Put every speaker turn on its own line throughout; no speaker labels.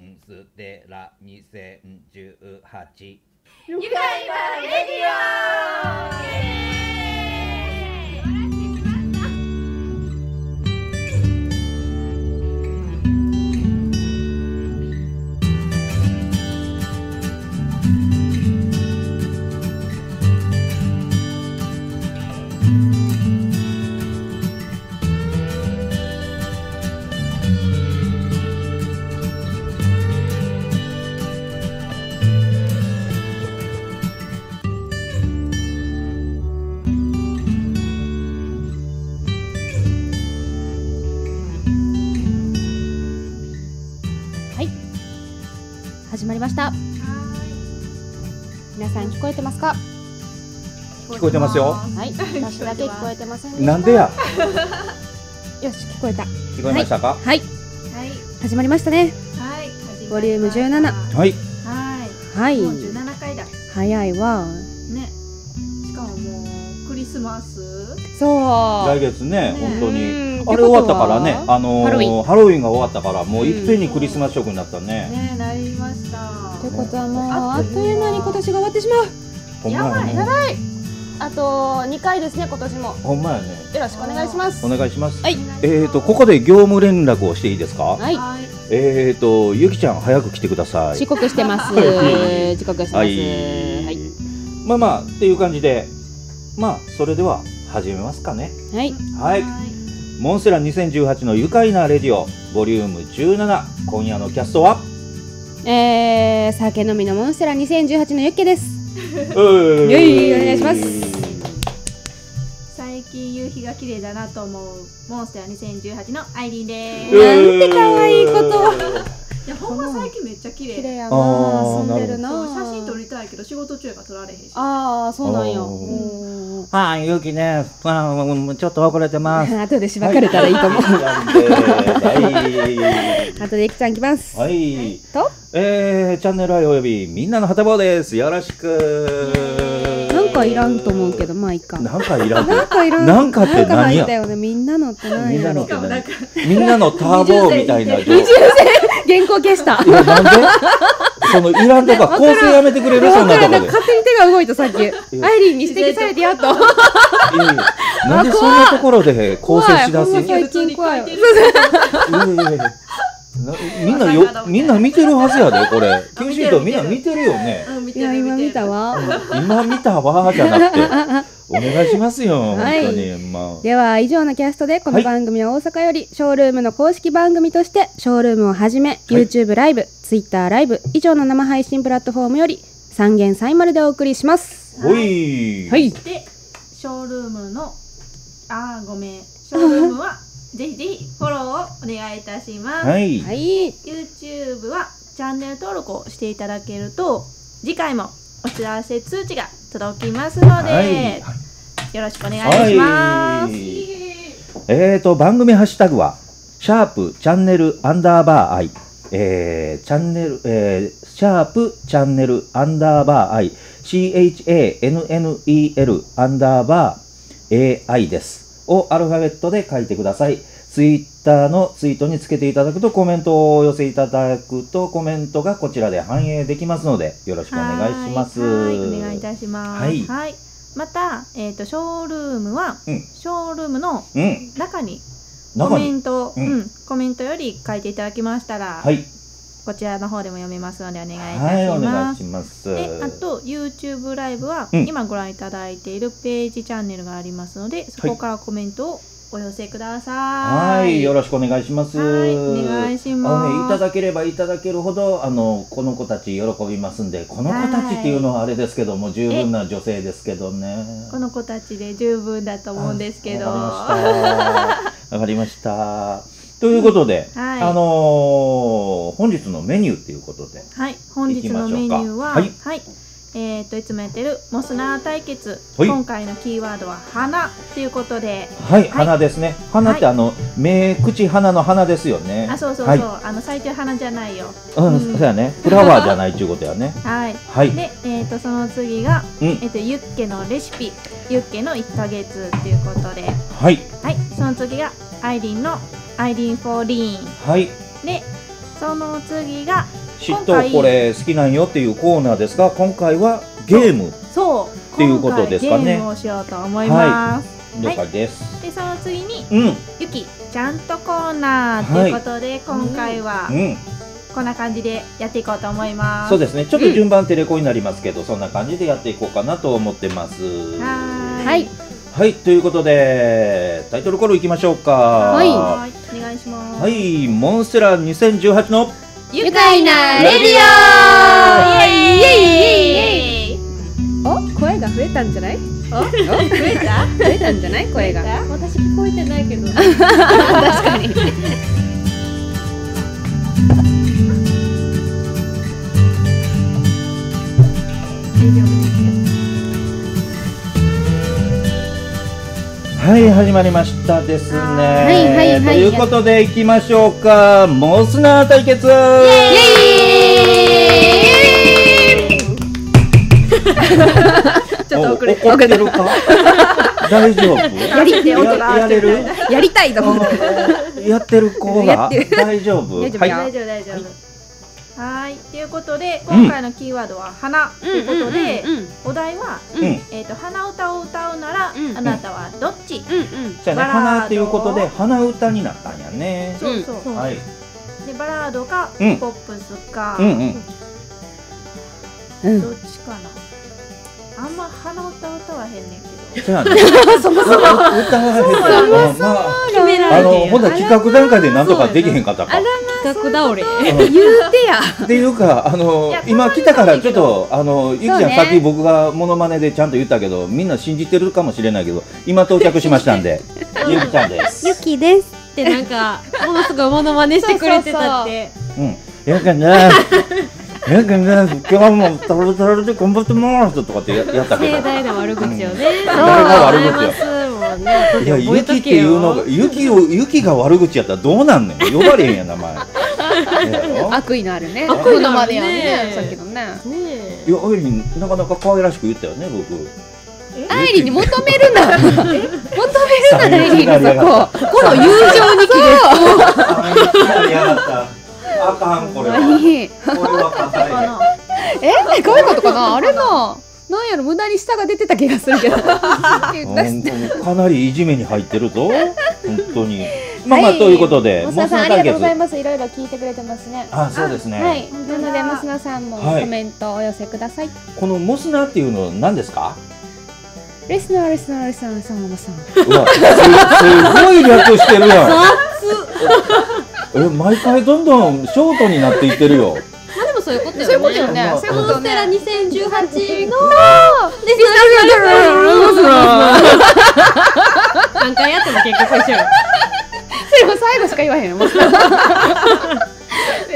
ンステラ2018
愉快なレディオ
はい始まりました皆さん聞こえてますか
聞こえてますよ
はい私だけ聞こえてませんでした
なんでや
よし聞こえた
聞こえましたか
は
は
い
い
始まりましたね
はい
ボリューム17
は
はい
はいい
もう17回だね
早いわ
しかももうクリスマス
そう
来月ね
ね
本当に
うん
あれ終わったからねあのー
ハロウィ
ハロウィンが終わったからもういっぺんにクリスマス食になったね
ねなりました
ということはもうあ
あっ
っ
と
と
い
いうう
間
間に今年が終わってしまう
ほんまや
や
ね
ばいあと2回ですね今年も
ほんまやね
よろしくお願いします
お願いします
はい
えーとここで業務連絡をしていいですか
はい
はい
えーとゆきちゃん早く来てください
遅刻してます
はい
遅刻してます
は
はいい
まあまあっていう感じでまあそれでは始めますかね
はい
はいモンステラ2018の愉快なレディオボリューム17今夜のキャストは
えー、酒飲みのモンステラ2018のユッケです。
うー
イエイお願いします
最近夕日が綺麗だなと思うモンスター2018のアイリンで
う
す
なんて可愛いことを
いやほんま最近めっちゃ綺
綺麗
麗
や
な
な、
あー
住んでるな。
そう写真撮りたいけど仕事中やから撮られへんし
ああ、そうなんよ。
おー
うん
はい、ゆきね、あーちょっと遅れてます。
後でしばかれたらいいと思う。
はい。
後でゆきちゃん来ます。
はい。
と、
えー、チャンネル愛およびみんなの旗棒です。よろしく。
なんかいらんと思うけど、。まあいいか。
なんかいらん。
なんかいらん。
なんかって何や
なんかないんだよね。みんなのってなん
み
やろ
んなのっ
してかもなんか
みんなのターボみたいな。い
原稿 消した。
や、なんでそのいらんとか構成やめてくれるそんなとこで。
勝手に手が動いたさっき。アイリーンに指摘されてやっと。
いやいやなんでそんなところで構成しだすい
怖いほんま最近怖い
普通
やい
に
やいやいやなみんなよ、みんな見てるはずやで、こ れ。九州とみんな見てるよね。
書い
い
てる
や、
うん見てる
今見たわ。
今見たわーじゃなくて、お願いしますよ、本
はい
当に。ま
では以上のキャストでこの番組は大阪よりショールームの公式番組としてショールームをはじめ YouTube ライブ、Twitter ライブ以上の生配信プラットフォームより三元サイマルでお送りします。
あ、ほい。
はい。
でショールームのあーごめんショールームは ぜひぜひフォローをお願いいたします、
はい。
はい。
YouTube はチャンネル登録をしていただけると次回もお知らせ通知が届きますので、
はい。
よろしくお願いします、
はいえーと、番組ハッシュタグは、シャープチャンネルアンダーバー愛。えー、チャンネル、えー、シャープチャンネルアンダーバー愛。CHANNEL アンダーバー AI です。をアルファベットで書いてください。ツイッターのツイートにつけていただくとコメントをお寄せいただくとコメントがこちらで反映できますのでよろしくお願いします。
はいはいお願いいたします。
はい
また、えっ、と、ショールームは、
うん
ショールームの
うん、
中に。コ
中
メ
に。
ント、
う
うんん、コメントより書いていただきましたら、
はい。
こちらの方でも読めますので、お願いい
はい、
た
お
し
願
ま
い
す。
します。
で、あと、YouTube ライブは、
うん
今ご覧いただいているページチャンネルがありますので、そこからコメントをお寄せくださ
は
い。
い、よ
ろし
ろしくお願いします。
はい、お願いします。
あのね、いただければいただけるほど、あの、この子たち喜びますんで、この子たちっていうのはあれですけども、十分な女性ですけどね。
この子たちで十分だと思うんですけど。
あわかりました。わかりました。ということで、
はい
あのー本日のメニューっていうことで、
はい、本日のメニューは、
行
は
き
い、
ま
えっ、といつもやってるモスナー対決、
はい
今回のキーワードは花ということで、
はい、花ですね。花って
は
あの、目、口、花の花ですよね。
あ、そうそうそう、
はい、
あの咲いてる花じゃないよ。
うん、
うん
そうやね。フラワーじゃないっていうことやね。
はい。
はい。
で、えっ、とその次が、
うん
えっ、とユッケのレシピ、ユッケの1ヶ月ということで、
はい。
はい、その次がアイリンのアイリンフォーリーン
はい。
で、その次が
嫉妬これ好きなんよっていうコーナーですが今回はゲーム
そう
っていうことですかね
今回ゲームをしようと思います、
了解です、
でその次に
うん
ゆきちゃんとコーナーということで、今回は
うん
こんな感じでやっていこうと思います
そうですねちょっと順番テレコになりますけど、そんな感じでやっていこうかなと思ってます
はーい
はい
はいということでタイトルコールいきましょうか
い
はーいお願いします
はいモンステラ2018の
愉快な
レディ
オイエイイエイイエイ
お声が増えたんじゃない
お増えた
増えたんじゃない声が
私聞こえてないけど
確かに
はい始まりましたですね
はい
はいはい
ということでいきましょうかモスナー対決
ちょっと遅れ
お怒ってるか大丈夫や
りて音が合
や
って
れ
る
る
やりたいと思っ て
やってる子
や
が
って
大丈夫
大丈夫
はい
よ
大丈夫大丈夫はーいということで今回のキーワードは花ということで
うんうん
お題は
うんうん
うん
えーと花歌を歌うなら
うん
あなたはどっち
うん
じゃあね
バラード
花ということで花歌になったんやね
そうそう
はい
でバラードかポ
うん
ップスか
うんうん
うん
どっちかなあんま鼻歌歌わへんねんけど
じゃあねそもそも歌わへんけどまあ
決めら
あ
れ
の
て
ほんなら企画段階でなんとかできへんかったか
あら
企画倒れ。
うん
言うてや
っていうか、あの
いや
今来たからちょっと、あのゆきちゃん、
そうね
さっき僕がモノマネでちゃんと言ったけど、みんな信じてるかもしれないけど、今到着しましたんで、ゆきちゃんです。
きです。ってなんか、ものすごいモノマネしてくれてたって。
うん、ゆきちゃん です。ゆきちゃんです。今日もトロトロで頑張ってますとかってややったけど
盛。大な悪口をね。
誰が悪口や
そうございますもん
い
ね。
や、ゆきっていうのが、ゆきを、ゆきが悪口やったら、どうなんねん、呼ばれへんやん、 名前。やろ
悪意のあるね
悪意のあ
ま
る
で
ね
やねさっきのね
ね
いや、あゆりん、なかなか可愛らしく言ったよね、僕。
アイリーに求める な求めるなアイリーにそここの友情に切
あゆきが嫌だった。あかん、これは。こ
れ
れは硬いね。
えこういうことかなあれななんやろ無駄に舌が出てた気がするけど言ったし
本当にかなりいじめに入ってるぞ本当 にまあまあ
はい
ということで
モスナ
モ
さんあ
ス
り
ナ
がとうござ
対
い
決
ます。いろいろ聞いてくれてますね。
あそうですね、
はい。
本当
な
だ
のでモスナさんも
はい
コメントをお寄せください。
このモスナっていうのは何ですか
レスナーレスナーレスナーさんさん。
うわすすごい略してるやんえ毎回どんどんショートになっていってるよ
まあでもそういうことよね。
そういうことよね
まあ
そういうことね
2018の。何回やっても結局一緒よ。
でも最後しか言わへんよモスナ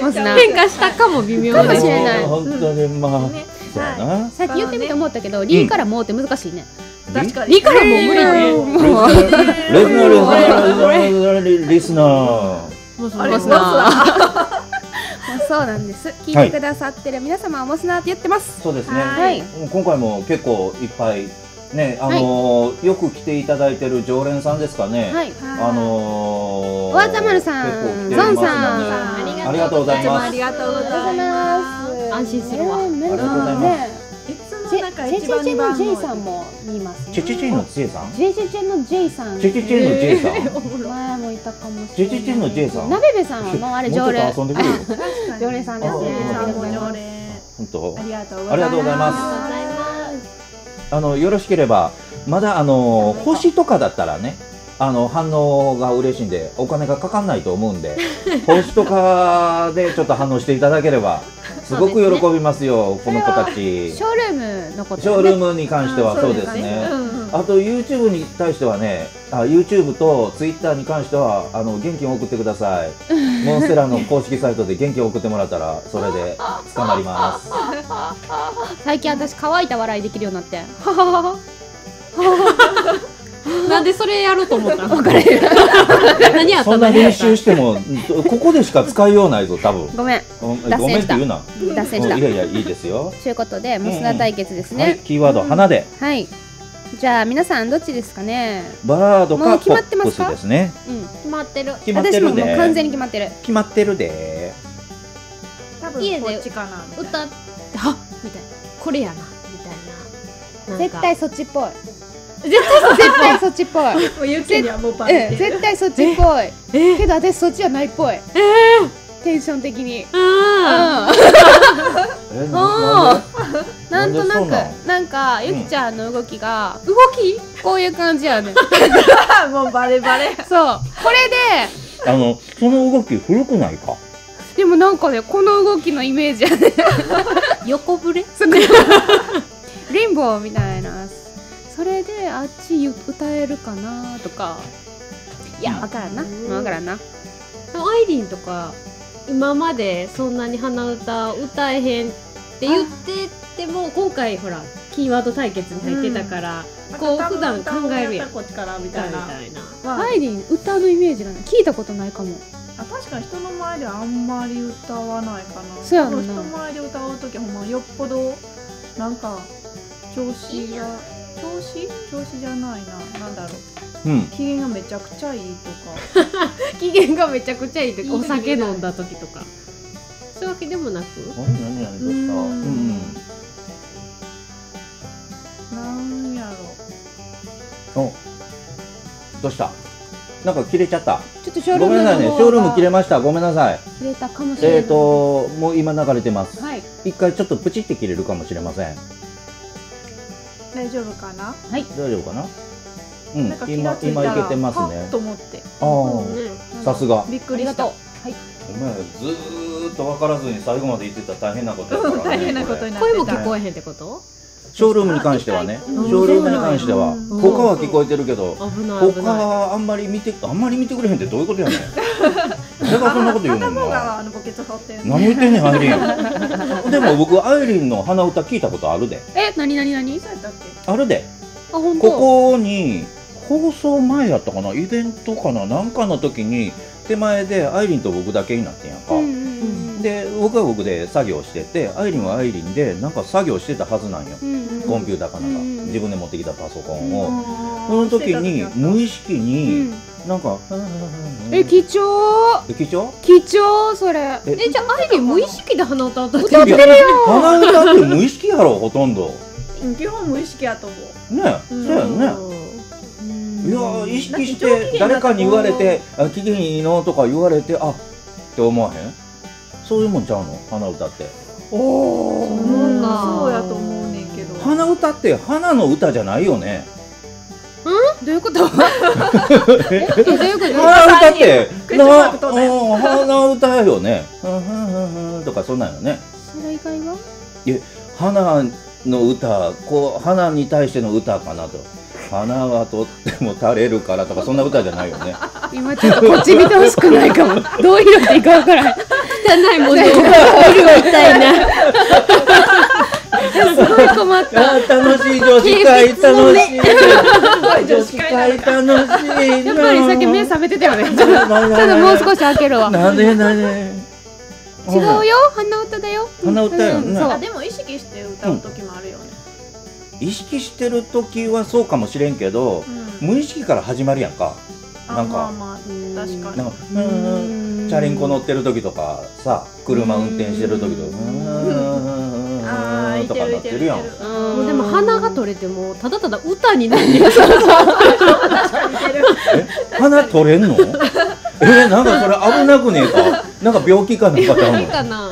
モスナ
変化したかも微妙
かもしれない
もう本当にまあ、
ね
そうや
は
な
さっき言ってみて思ったけど、リーからもうって難しいね。
確かに
リーからもう無理ね。
リス
もう。
レスナーレスナーリスナー
もうそ
あれ
うも
モ
う
スナ
そうなんです。聞いてくださってる皆様はモスナーって言ってます。
そうですね、
は
はい。
うん今回も結構いっぱいねあのーよく来ていただいてる常連さんですかね、
はい。
あのー、
おわざまるさん
結構来て
ゾン
ます
さん
ので
あ
あ
り
り
が
が
と
と
う
うご
ござ
ざ
い
い
ま
ますす。
ありがとうご
ありがとう
ざ
ござ
い
い
ま
ます。
安心するわ
ね。
ありがとうございます
すいつ
ジ
の
ェ
中
ジェ
一
ジェ
番
ジ
二番
ェのジェイ
の
さんも見ます。
チェチェチェの。ジェイさん。チ
ジェジェジェのジェイさん。
ェチェチェのジェイさん。
前もいたかもしれない。
ジェジェジェのジェイさん
なべべさんはもうあれ常連。
もうちょっと遊んでくるよ。
確かに
常連さんです
ね
常連さんも常連
本当
あ。りがとう
ありがとうございまあのよろしければまだあの星とかだったらね。あの反応が嬉しいんでお金がかかんないと思 うんで星とかでちょっと反応していただければすごく喜びますよこの子たち
シ
シ
ョールームのこと。
ョールー
ム。
ムに関しては
あ
そうです
そうです
ね
うんうん
あと YouTube に対してはねあ YouTube と Twitter に関してはあの現金を送ってくださいモンステラの公式サイトで現金を送ってもらったらそれで捕まります
最近私乾いた笑いできるようになって。
なんでそれやろうと思った の何やった
そ
の
んな練習してもここでしか使いようないぞ多分
ごめん。
ごめん
脱
ごめん
線
っ
してた
言うな
脱線した
うんい。やいやいいですよ
ということで、モスナー対決です
はい
ね。
キーワード花で
はい。じゃあ皆さんどっちですかね。
バラード
も
か
う決
ポ
まって
ッ
ま
プ
す
ス
か
ですね
うん。
決まってる。
決まって
私
る
ももう完全
で
に決まってる。
決まってるで
多多分
家で
こっちかなみたいな
歌っ
あ
みたいな
これやなみたいななんか
絶対そっちっぽい
絶対そう
絶対そっちっぽい
もうゆきにはもうパンっ
うん
て
絶対そっちっぽい
え
けど私そっちじゃないっぽい
え
テンション的に
ー、あ
えなな
なんとな
んでそうな
くなんかゆきちゃんの動きが
ー動き
こういう感じ やねん
もうバレバレ
そうこれで
んであのその動き古くないか
でもなんかねこの動きのイメージやねん
横ぶれ
そのリンボーみたいなそれであっち歌えるかなとかいやわからんな
うん
わからんな
でもアイリーンとか今までそんなに鼻歌歌えへんって言ってても今回ほらキーワード対決に入ってたから、こう普段考えるやん
こっちからみ
歌
た
う
い
み
な
たいな
まあ
アイリン歌のイメージがない聞いたことないかも
あ確かに人の前であんまり歌わないかな
そうやろな
人前で歌う時はほんまよっぽどなんか調子が調子調子じゃないななんだろう
うん
機嫌がめちゃくちゃいいとか
機嫌がめちゃくちゃいい
いい
時
時
お酒飲んだ時とかそういうわけでもなく
何何何どうした
うん
うん
なんやろ
うんおどうしたなんか切れちゃった
ちょっとショール
ご
ー
めんなさ
ム
いね
の
ショ
方
ールーム切れ
が
ましたごめんなさい
切れたかもしれない
えーともう今流れてます
はい
一回ちょっとプチって切れるかもしれません
大丈夫かな、
大丈夫かなうん
なんか気が
今
ついた
今い
ら
けてます
はっ
ね
と思って
あ
ね
あさすが
びっく
あ
り
り
し
が
た
とう
お前らずーっと分からずに最後まで言ってたら大変なことやから、
うん
ね、
大変なこと
れ
になって
声も
た
聞こえへんってこと
ショールームに関してはねシ
うん
ョールームに関しては
うん
他は聞こえてるけど
危ない
他
危ない
はあんまり見てあんまり見てくれへんってどういうことやね んだからそんなこと言うねん
片方
な
があのボケツ掘ってる
何言ってんねんアイリー ンでも僕アイリーンの鼻歌聞いたことあるで
え何何何
そうやったっ
あるで
あ本当
ここに放送前やったかなイベントかななんかの時に手前でアイリンと僕だけになってんやんか、
うんうんうん
で僕は僕で作業しててアイリンはアイリンでなんか作業してたはずなんよ、
うんうん
コンピューターかなんか、
うんうん
自分で持ってきたパソコンを、
け
その時に無意識
う
に
ん
なんか、
え貴重
貴重
貴重それ
え
えじゃあアイリー無意識で鼻歌歌って
歌ってるよ鼻歌って無意識やろほとんど
うん基本無意識やと思う
ねえ、
うん
そうやんねいやー意識して誰かに言われて「あ機嫌いいの?」とか言われて「あって思わへんそういうもんちゃうの鼻歌って
う
おお
ん
か
そうやと思うねんけど
鼻歌って花の歌じゃないよね
どういうこと えどういうこと
鼻歌って
クエスチョンマーク飛んだ
うん鼻歌よね「うんうんうんうん」とかそんなんよね
それ以外は
花の歌こう花に対しての歌かなと花はとっても垂れるからとかそんな歌じゃないよね
今ちょっとこっち見てほしくないかも どう拾っていいかわからない
汚いものを見るみたいな
すごい困
あ
っ
ー楽しい女子会楽しい女子会楽しい
やっぱりさっき目覚めてたよねちょっとちょっと もう少し開けるわ
なんでなんで
違うよ鼻歌だよ
鼻歌よね
うんそ
あ
う
でも意識して歌う時もあるよね、
意識してる時はそうかもしれんけど
うん
無意識から始まるやんか
あ
なんか
まあまあ確か
な
に
んかうんうんチャリンコ乗ってる時とかさ車運転してる時とかうーん
あーい
と
て
か
る
ないって
て
る
る
やん
いてる
も
も
う
う
で
で
も
も
鼻
鼻
が
がと
取れてもただただ歌になってる
い てる
鼻取れんのえなんかそれ危なくねえかなんか病気かなんかちゃう
ない
の
かな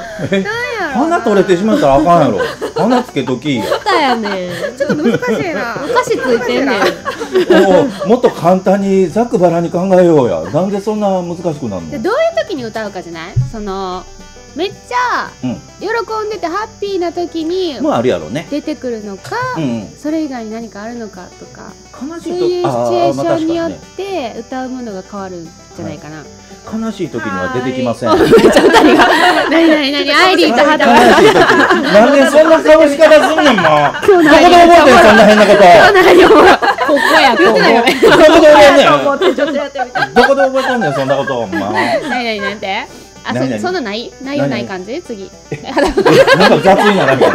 鼻取れてしまったらあかんやろ鼻つけとき
歌やねん
ちょっと難しいな
お菓子ついてんねん
もうもっと簡単にざっくばらんに考えようやなんでそんな難しくなる
で
の
どういう時に歌うかじゃないそのめっちゃ
うん
喜んでてハッピーな時に
まああるやろね
出てくるのか
うんうん
それ以外に何かあるのかとか
悲し
そう
い
いう
時
シチュエーションによ
あーまあ確かに
っ
ね
て歌うものが変わるんじゃないかな。
悲しい時には出てきません
め
悲しい
っちゃ二人が。なになになに、アイリー
時
とハタ。
なんでそんな顔し方すんねんもうど
今日の
こ
ア
で
イリー
覚えてんそんな変なこと
今日のアイリーも。
ここやと思 う
どこで覚えてん
と
ね
思ってちょっとやってみた
んどこで覚えてんねんそんなことお前
なになになんて。あ、
なにな
そ、
に
そんなない、内容ない感じ、次。
なんか雑にならんかった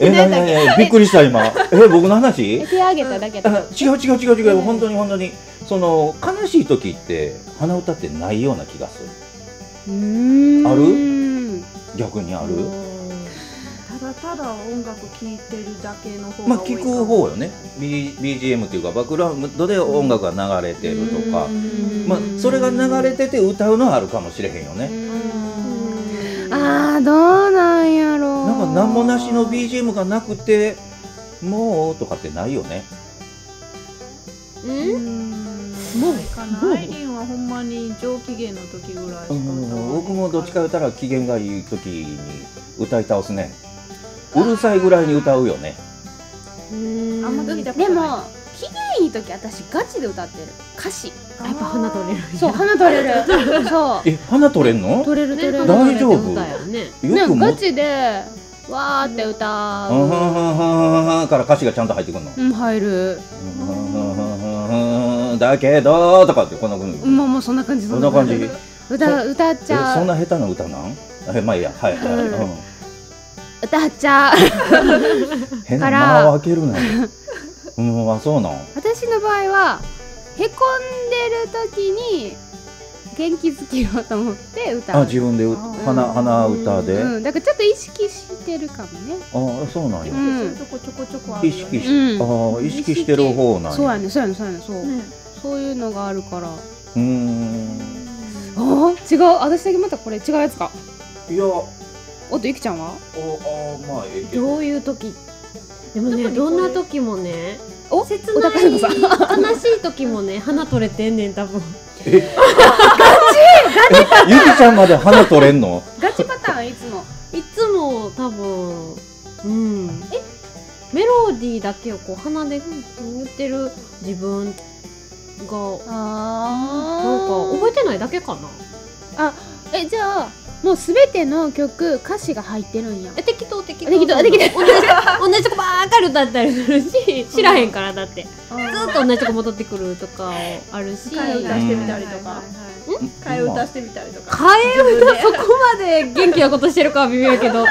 え、なになになにびっくりした今え、僕の話
手あげただけだ。
あ違う違う違う違う、本当に本当にその悲しい時って鼻歌ってないような気がする
うーん
ある。逆にある、
ただただ音楽聴いてるだけの方
ま
が
あ
多い
聞
か
く方よね、B、BGM っていうかバックグラウンドで音楽が流れてるとか、
うん
まあ、それが流れてて歌うのはあるかもしれへんよね、
うん
あーどうなんやろう
なんか何もなしの BGM がなくてもうとかってないよね
うん
もうかなアイリンはほんまに上機嫌の時ぐらいしか歌わないから
僕もどっちか言ったら機嫌がいい時に歌い倒すねうるさいぐらいに歌うよね
あんま聞いたこと
で
ない
も機嫌いい時私ガチで歌ってる歌詞
やっぱ花取れる
そう鼻取れる そう
え花取れんの
取れる取れる
大丈夫
だよね
よ
ね
くも
ガチでわーって歌
う
う、
んふんふんふんふんふんから歌詞がちゃんと入ってくるの
うん、入る
うんふんふんふんふんふんだけどとかってこんな感じ
もうもうそんな感じ
そんな感じえ
歌歌っちゃ
そん
う
な下手な歌なんえまあいいやはいはい、
うん
うん
歌っちゃう
変な
から
間を開けるな ようんあそうなん
私の場合はへこんでる時に元気づけようと思って歌
あ
う
自分でう鼻鼻歌で、
うん、だからちょっと意識してるかもね
あそうなんや、
ん
そういうとこちょこちょこある
意
よね
識し、
うん
あ意識してる方なんや
そうやねそうやねそうやねそう、
ね
そういうのがあるからあ
うーん
ー違う私だけまたこれ違うやつか
いやお
おっとゆきちゃんは
あまあええけ
どういう時でも
特
ね
に
どんな時もね
お
切
お
な
高いの
い
さ
悲しい時もね花取れてんねん多分
えゆきちゃんまで鼻取れんの
ガチパターンいつも
いつも多分うんえメロディーだけをこう鼻で言ってる自分が
あ
なんか覚えてないだけかな
えじゃあもうすべての曲歌詞が入ってるんや
え適当適当
できたでき
同じ同じ子ばっかり歌ったりするし知らへんからだってずっと同じ子戻ってくるとかあるし
替え歌してみたりとか替え 歌してみたりとか
替え歌そこまで元気なことしてるかは微妙やけ ど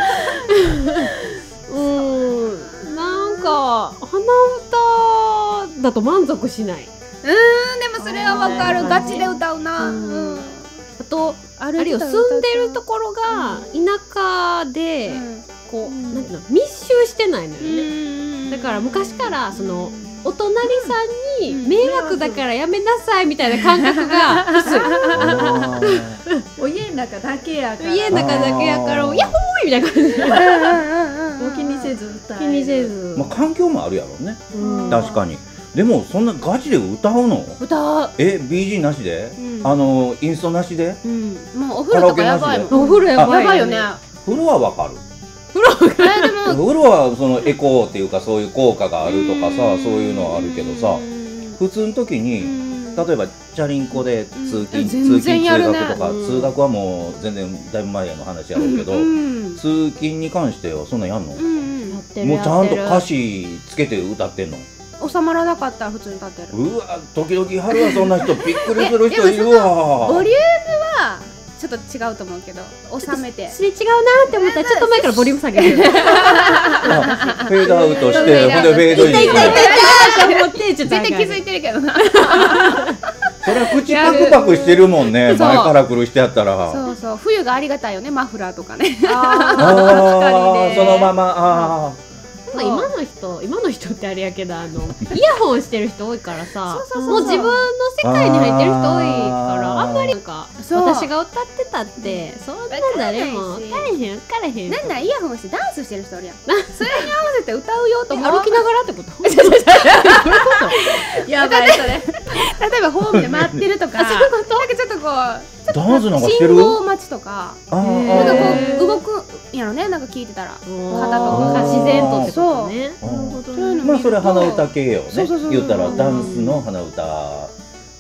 うんなんか鼻歌だと満足しない
でも
それはわかるガチで
歌うな
うんあと
あ
あれよ住んでるところが田舎で、こう、なんていうの密集してないのよね、だから昔からそのお隣さんに
うん
迷惑だからやめなさいみたいな感覚 が薄い
あー
お家の中だけやから
家の中だけやから
あー
ヤッホーイみたいな感じで
もう気にせず歌え
気
る
にせず、
まあ環境もあるやろうね
うん
確かにでもそんなガチで歌うの
歌う
え BG なしで、
うん
あのインストなしで
うんもうお風呂とかやばいもん
お風呂やばい
やばいよね
風呂はわかる
えでも
風呂はそのエコーっていうかそういう効果があるとかさそういうのはあるけどさ普通の時に例えばチャリンコで通勤、
うん
通
全然
勤
や
通
るね
学とか、
うん
通学はもう全然だいぶ前の話やろうけど、
うん
通勤に関してはそんなんやんの、
うん
もうちゃんと歌
詞
詞つけて歌ってんの
収まらなかったら普通に立ってる
うわ時々春はそんな人びっくりする人
え
い
でも
るわ
ボリュームはちょっと違うと思うけど収めて
すれ違うなって思ったらちょっと前からボリューム下げてる痛い
あフェードアウトし
フェー
て
ド
ほ
アウ
んで
ト
フェードイン
痛い
す
痛
る
い痛いって思ってちょ
絶
っと上
対
がる
気づいてるけどな
それは口パクパクしてるもんね
そう
前から来る人やったら
そうそう冬がありがたいよねマフラーとかね
あ
確かにね
ーそのままああ
まあ、今の人今の人ってあれやけどあのイヤホンしてる人多いからさ
そうそうそう
もう自分の世界に入ってる人多いから
あー
あんまりなんか
そう
私が歌ってたってそんな誰も分
分
か
か
れへん分かれへん
なんなんイヤホンしてダンスしてる人おるやんそれに合わせて歌うよと
え
思う
歩きながらってこと
やばいそれ
例えばホームで待ってるとか
あそういうこと
なんかちょっとこう
ダンスなんかして
信
る
号待ちとか
あー
へー
なんか
あ
こう動くんやろねなんか聞いてたら
肩
と
か
自然とってことね
ーうん
そういうの
まあそれは鼻歌系よね
そうそうそう
言ったらダンスの鼻歌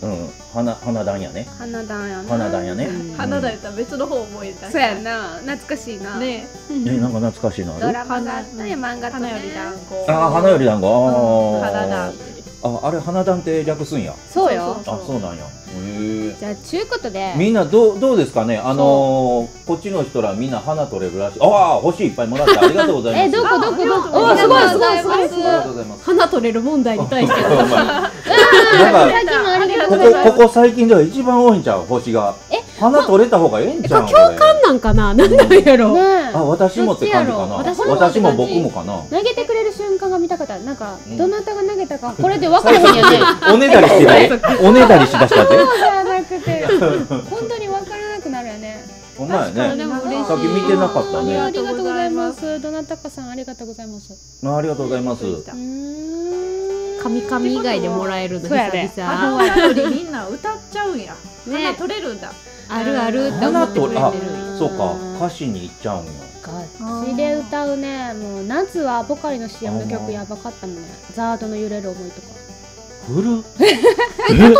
うん花花壇やね
花壇やな
花壇やね、
うん
花だったら別の方思い出した
そうやんな懐かしいな、
ね
ねなんか懐かしいの
ド
ある
ラマがあったり漫画と
花
ね
より団子
ああ花より団子、あー
花だ
ああれ花壇って略すんや
そうよ
あそうなんやへえ
じゃあちゅうことで
みんなどうどうですかねあのー、こっちの人らみんな花取れるらしいああ星いっぱいもらってありがとうございます
えどこ
あ
どこ
ありが
ど
とう
こ
ございます
あすごいすごいすごい
ありがとうござい ます
花取れる問題に 対して
ほんまに
あ
な
ー
んか
さっきもありがとう
こ
ございます
こここ最近では一番多いんちゃう星が花取れた方がええんじゃん。
え
これ
なんなんかななんなんやろ、
あ、
ね
私もって感じかな。
どっちやろ
私
私
も
も
僕もかな。
え投げてくれる瞬間が見たかったなんか
うん
どなたが投げたかこれで分かるん やね
おねだりしてる。 おねだりしだしたで。
そうじゃなくて本当に分からなくなるよね
お前
確か
ね
に。
でも嬉しい
さっき見てなかったね
ありがとうございますどなたかさんありがとうございます
ありがとうございます。
うーん
神々以外でもらえるの
そうや
久
で
あ
々
の花よりみんな歌っちゃうんや。花
ね
取れるんだ。
あるあるって思
花
ってく
取
れ
れ、あ
てる、
そうか。歌詞に行っちゃうんよ。
ガチで歌うねもう夏はポカリの CM の曲やばかったもんねザードの揺れる思いとか
古る。
今年の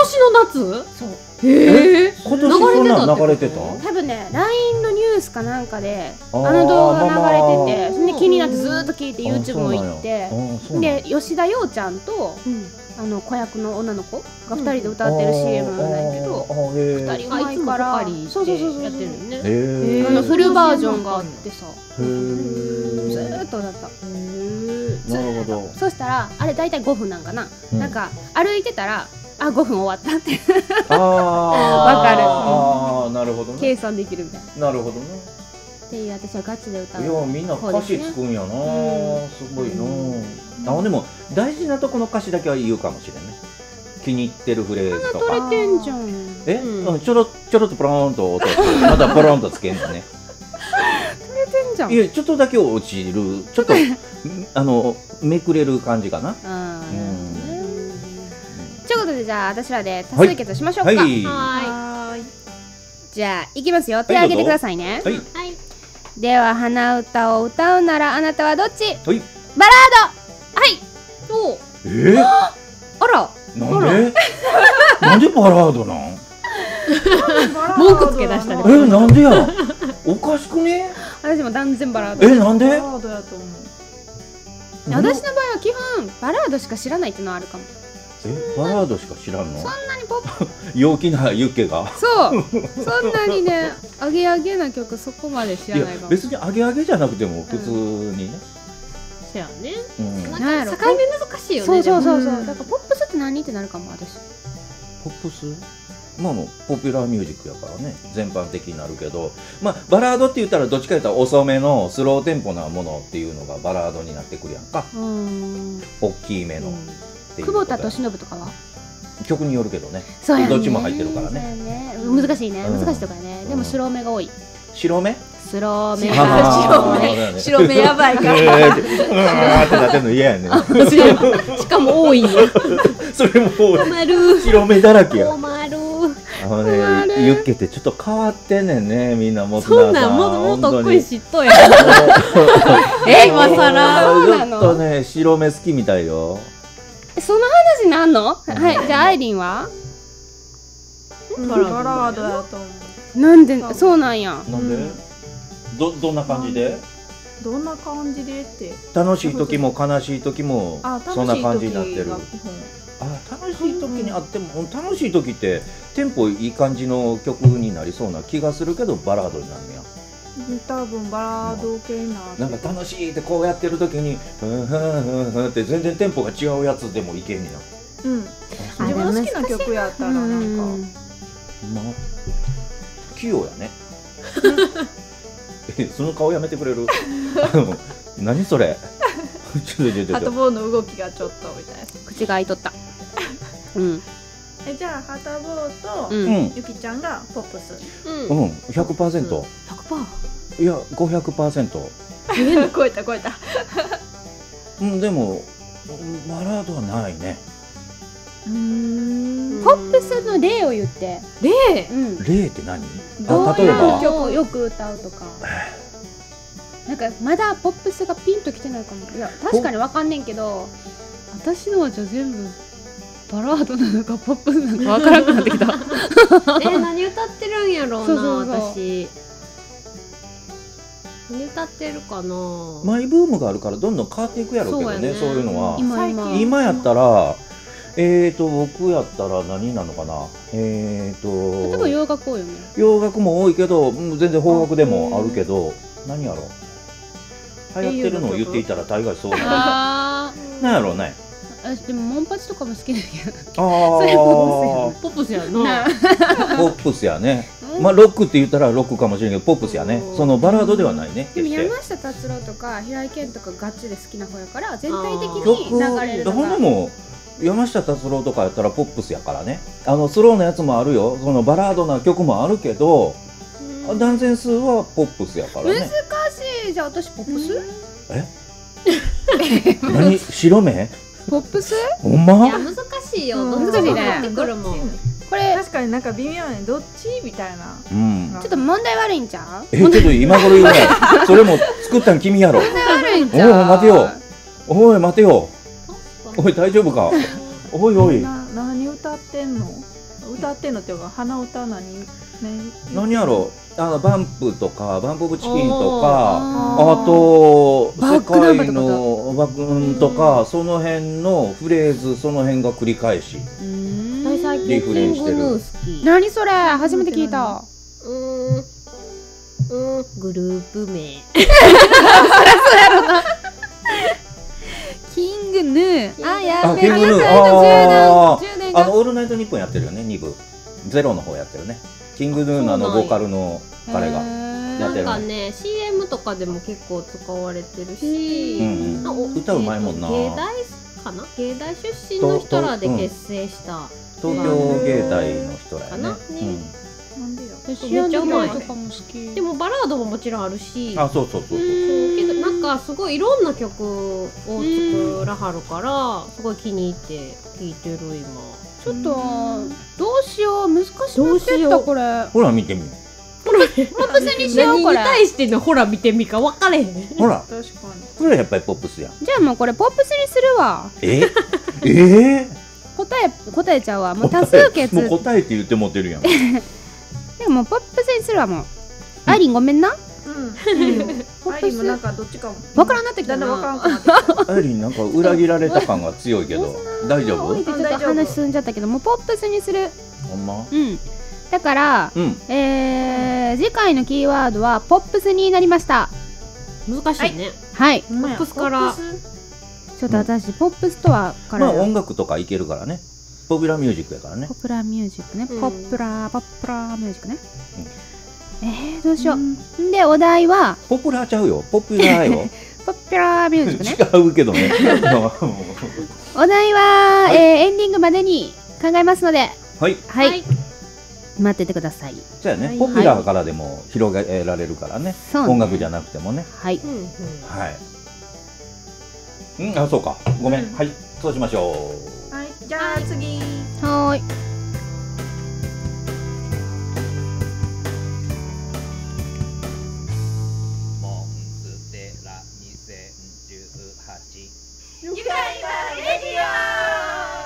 夏
そう
ええ
今年そんなん流れてた？
多分ね LINE のニュースかなんかで
あー
あの動画流れててそれで気になって
うん
ずーっと聞いて
あ
YouTube も行って
そうなんやあそうなんや
で吉田羊ちゃんとあの子役の女の子が2人で歌ってる CM なんやけど
あーあー
2人
あ
前
いつも
か
ポ
ら
カリ
そうそうそうそう
やってるよね
へえ
へ
あ
ー
のフルバージョンがあってさ
へ
ず
え
ーっとだった
なるほど
そしたらあれ大体5分なんかな
う
なんか歩いてたらあ5分終わったって
ああ
わかる
ああなるほどね
計算できるみたいな。
なるほどね
っていう私はガチで歌う。
いやみんな歌詞つくんやな
う
すごいなあでも大事なとこの歌詞だけは言うかもしれんね気に入ってるフレーズと
取
か
れてんじゃん。
え
うん
うんちょろちょろっとポロンと落と してまたポロンとつけんのね
取れてんじゃん。
いやちょっとだけ落ちるちょ っとあのめくれる感じかな
あー
うん
なるほどねということでじゃあ私らで多数決をしましょうか。
はい
は
はーい。
じゃあ行きますよ。手を挙げてくださいね。
はい
いはい
では鼻歌を歌うならあなたはどっち？
はい
バラード。はい。おう
えー
あら。
なんでなんでバラードなん
文句つけ出したね
バ
えなんでやおかしくね
私も断然バラード。
えなんで
ラードやと思う。
私の場合は基本バラードしか知らないっていうのはあるかも。
えバラードしか知らんの
そんなにポップ。
陽気なユッケが
そう。そんなにね、アゲアゲな曲そこまで知
い
ら
や
ないかも。
別にアゲアゲじゃなくても普通にね、
せやね
うん
な
ポ
ん
なんや
か
ろ
境目難しいよね
そうそうそう
で
そ
も
う。だからポップスって何ってなるかも私。
ップスまあもうポピュラーミュージックやからね全般的になるけどまあバラードって言ったらどっちか言ったら遅めのスローテンポなものっていうのがバラードになってくるやんか
うん。
大きい目の、っていう
久
こと
保田
で
と忍とかは。
曲によるけどね
そうやね。
どっちも入ってるからね
そうやね難しいね。
うん
難しいとかね。
ん
でもスロー目が多い。
白目
スロー目が。
あー
白
そうだね
目白目やばいか
えーってうわーってなってんの嫌やね
らしかも多いよ
それもう
困る
白目だらけや
困る
あの
困
ね
る
ユッケってちょっと変わってんねんねみんなも
そんなんもっともっとっこいい 知っとや
え
今更
そう
ちょ
な
っ
の
とね白目好きみたいよ
その話なんのはい。じゃあアイリンは
バ
バラードやと思う。
なんで
そう
そうなんや。
なんで、どどんな感じで
どんな感じでって。
楽しい時も悲しい時も
あ、楽しい時
そんな感じになってる
が基本
あ楽しい時にあっても楽しい時ってテンポいい感じの曲になりそうな気がするけどバラードになるんや
多分バラード系になって
なんか楽しいってこうやってる時にふんふんふんふんって全然テンポが違うやつでもいけんねや
うん自分の好きな曲やったらなんか
うん
まあ、器用やね。 え、その顔やめてくれ る。あの何それ。 ちょっとちょっとちょっ
ハト
と。
ボーの動きがちょっとみたいな
口が開いとった。うん。
えじゃあハトボー
う。
う
と
んん、
ゆきちゃんがポップス
うん
うん、百パーセント。
100%
いや、五百パーセント。
超えた超えた
うん、でも。うんバラードはないね。
うん
ポップスの例を言って。
で
うん。
例って何。
ど
あ、
う
例え
いう
ば。
曲をよく歌うとか。なんかまだポップスがピンときてないかも。いや確かにわかんねんけど、私のはじゃあ全部バラードなのかポップスなのかわからなくなってき た。
え何歌ってるんやろうな
そうそうそう
私何歌ってるかな
マイブームがあるから、どんどん変わっていくやろうけどね、
そ
そうう
やね
いうのは。
今
最近
今やったら。えーと、僕やったら何なのかなえー
例え
と
ば洋楽多いよね。
洋楽も多いけどうん全然邦楽でもあるけど何やろ流行ってるのを言っていたら大概そうな
あ
なんやろうね
あ。でもモンパチとかも好きだけ
ああ
れポップスや
ポップスや
ど。
な
ポップスやね
モ
まあロックって言ったらロックかもしれんけどポップスやねそのバラードではないね
で
決
も
して
山下達郎とか平井堅とかがっちで好きな方やから全体的
ロ
に
ッ
流
ク
れる
だ
の
ほん
が
でも山下達郎とかやったらポップスやからねあのスローなやつもあるよそのバラードな曲もあるけど
うん
断然数はポップスやから
難
ね
しいじゃあ私ポップス
何白目
ポップス
ほんま
いや難しいよ
うん
どっちも入ってくるもん
どっ
これ
確かになんか微妙やねどっちみたいな
うん
ちょっと問題悪いんちゃう
えちょっと今頃言うねそれも作ったん君 やろ
悪い
お
んち
い
ゃう
待てよおい待てよおい大丈夫かおいおい
な何歌ってんの歌ってんのっていうか鼻歌何何
何やろあのバンプとかバンプ・オブ・チキンとか
あ
あと
バッ
世
クナンバーとかだ
界のバックうんとかその辺のフレーズその辺が繰り返し
うーん
私最近
リフレインしてる
キングヌー好き
何それ初めて聞いた
うーん、うーん、グループ名。
キングヌー
あ
や
あ
べ
キングヌーあ
あ
ー
10年
あの「
が
オールナイトニッポン」やってるよね2部ゼロの方やってるねキングヌーのあの
そうなんや
ボーカルの彼がや
が
ってる
なんかね、CM とかでも結構使われてるし、
うん
あお
歌うまいもんな
えーと芸大かな芸大出身の人らで結成した。
東京芸大の人らや
か
ね
な
なんでよ
シアンドライとかも好
で
き
もバラードももちろんあるし
うん、あそうそうそうそう
そうけどなんかすごいいろんな曲を作らはるから、すごい気に入って聴いてる今。
ちょっとどうしよう難しくな
どう
って
し
き
よ
た
う
これ
ほら見てみよ
ポップスにしよ
何
う
に
これ
対してのほら見てみか分かれへん。
うほら
確かに
これやっぱりポップスやん
じゃあもうこれポップスにするわ
えええ
答え答えちゃうわもう多
答え
数決
もう答えって言ってもうてるやん
でももうポップスにするわもうアイリンごめんな
うん
ポ
ア
ッ
イリー
プス
もなんかどっちかも
わからんなってき
だ
た
んだんわから
なん
くなってきた
アイリンなんか裏切られた感が強いけど大丈
置
夫
いてちょっと話進んじゃったけどもうポップスにする
ほんま
うんだから
うん
えー、次回のキーワードはポップスになりました
難しいね。
はい
ほんまや
ポップスから
ポップス
ちょっと私、ポップスとはから
まあ
ポ
音楽とかいけるからねポピュラーミュージックやからね
プラーミュージックね、
うん
ポップラーポップラーミュージックね、えー、どうしよう、ん、でお題は
ポプラーちゃうよポピュラーよ
ポップラーミュージックね
違うけどね
お題は、
はい
えーエンディングまでに考えますので
はい
はい、
はい
待っててください
じゃあね、
はい
ポピュラーからでも広げられるからね
そうね
音楽じゃなくてもね
はい
うんうん。
はいうんあそうかごめん、
うん
はいそうしましょう
はいじゃあ次
はーい
モンステラ2018
ゆかりはレディオ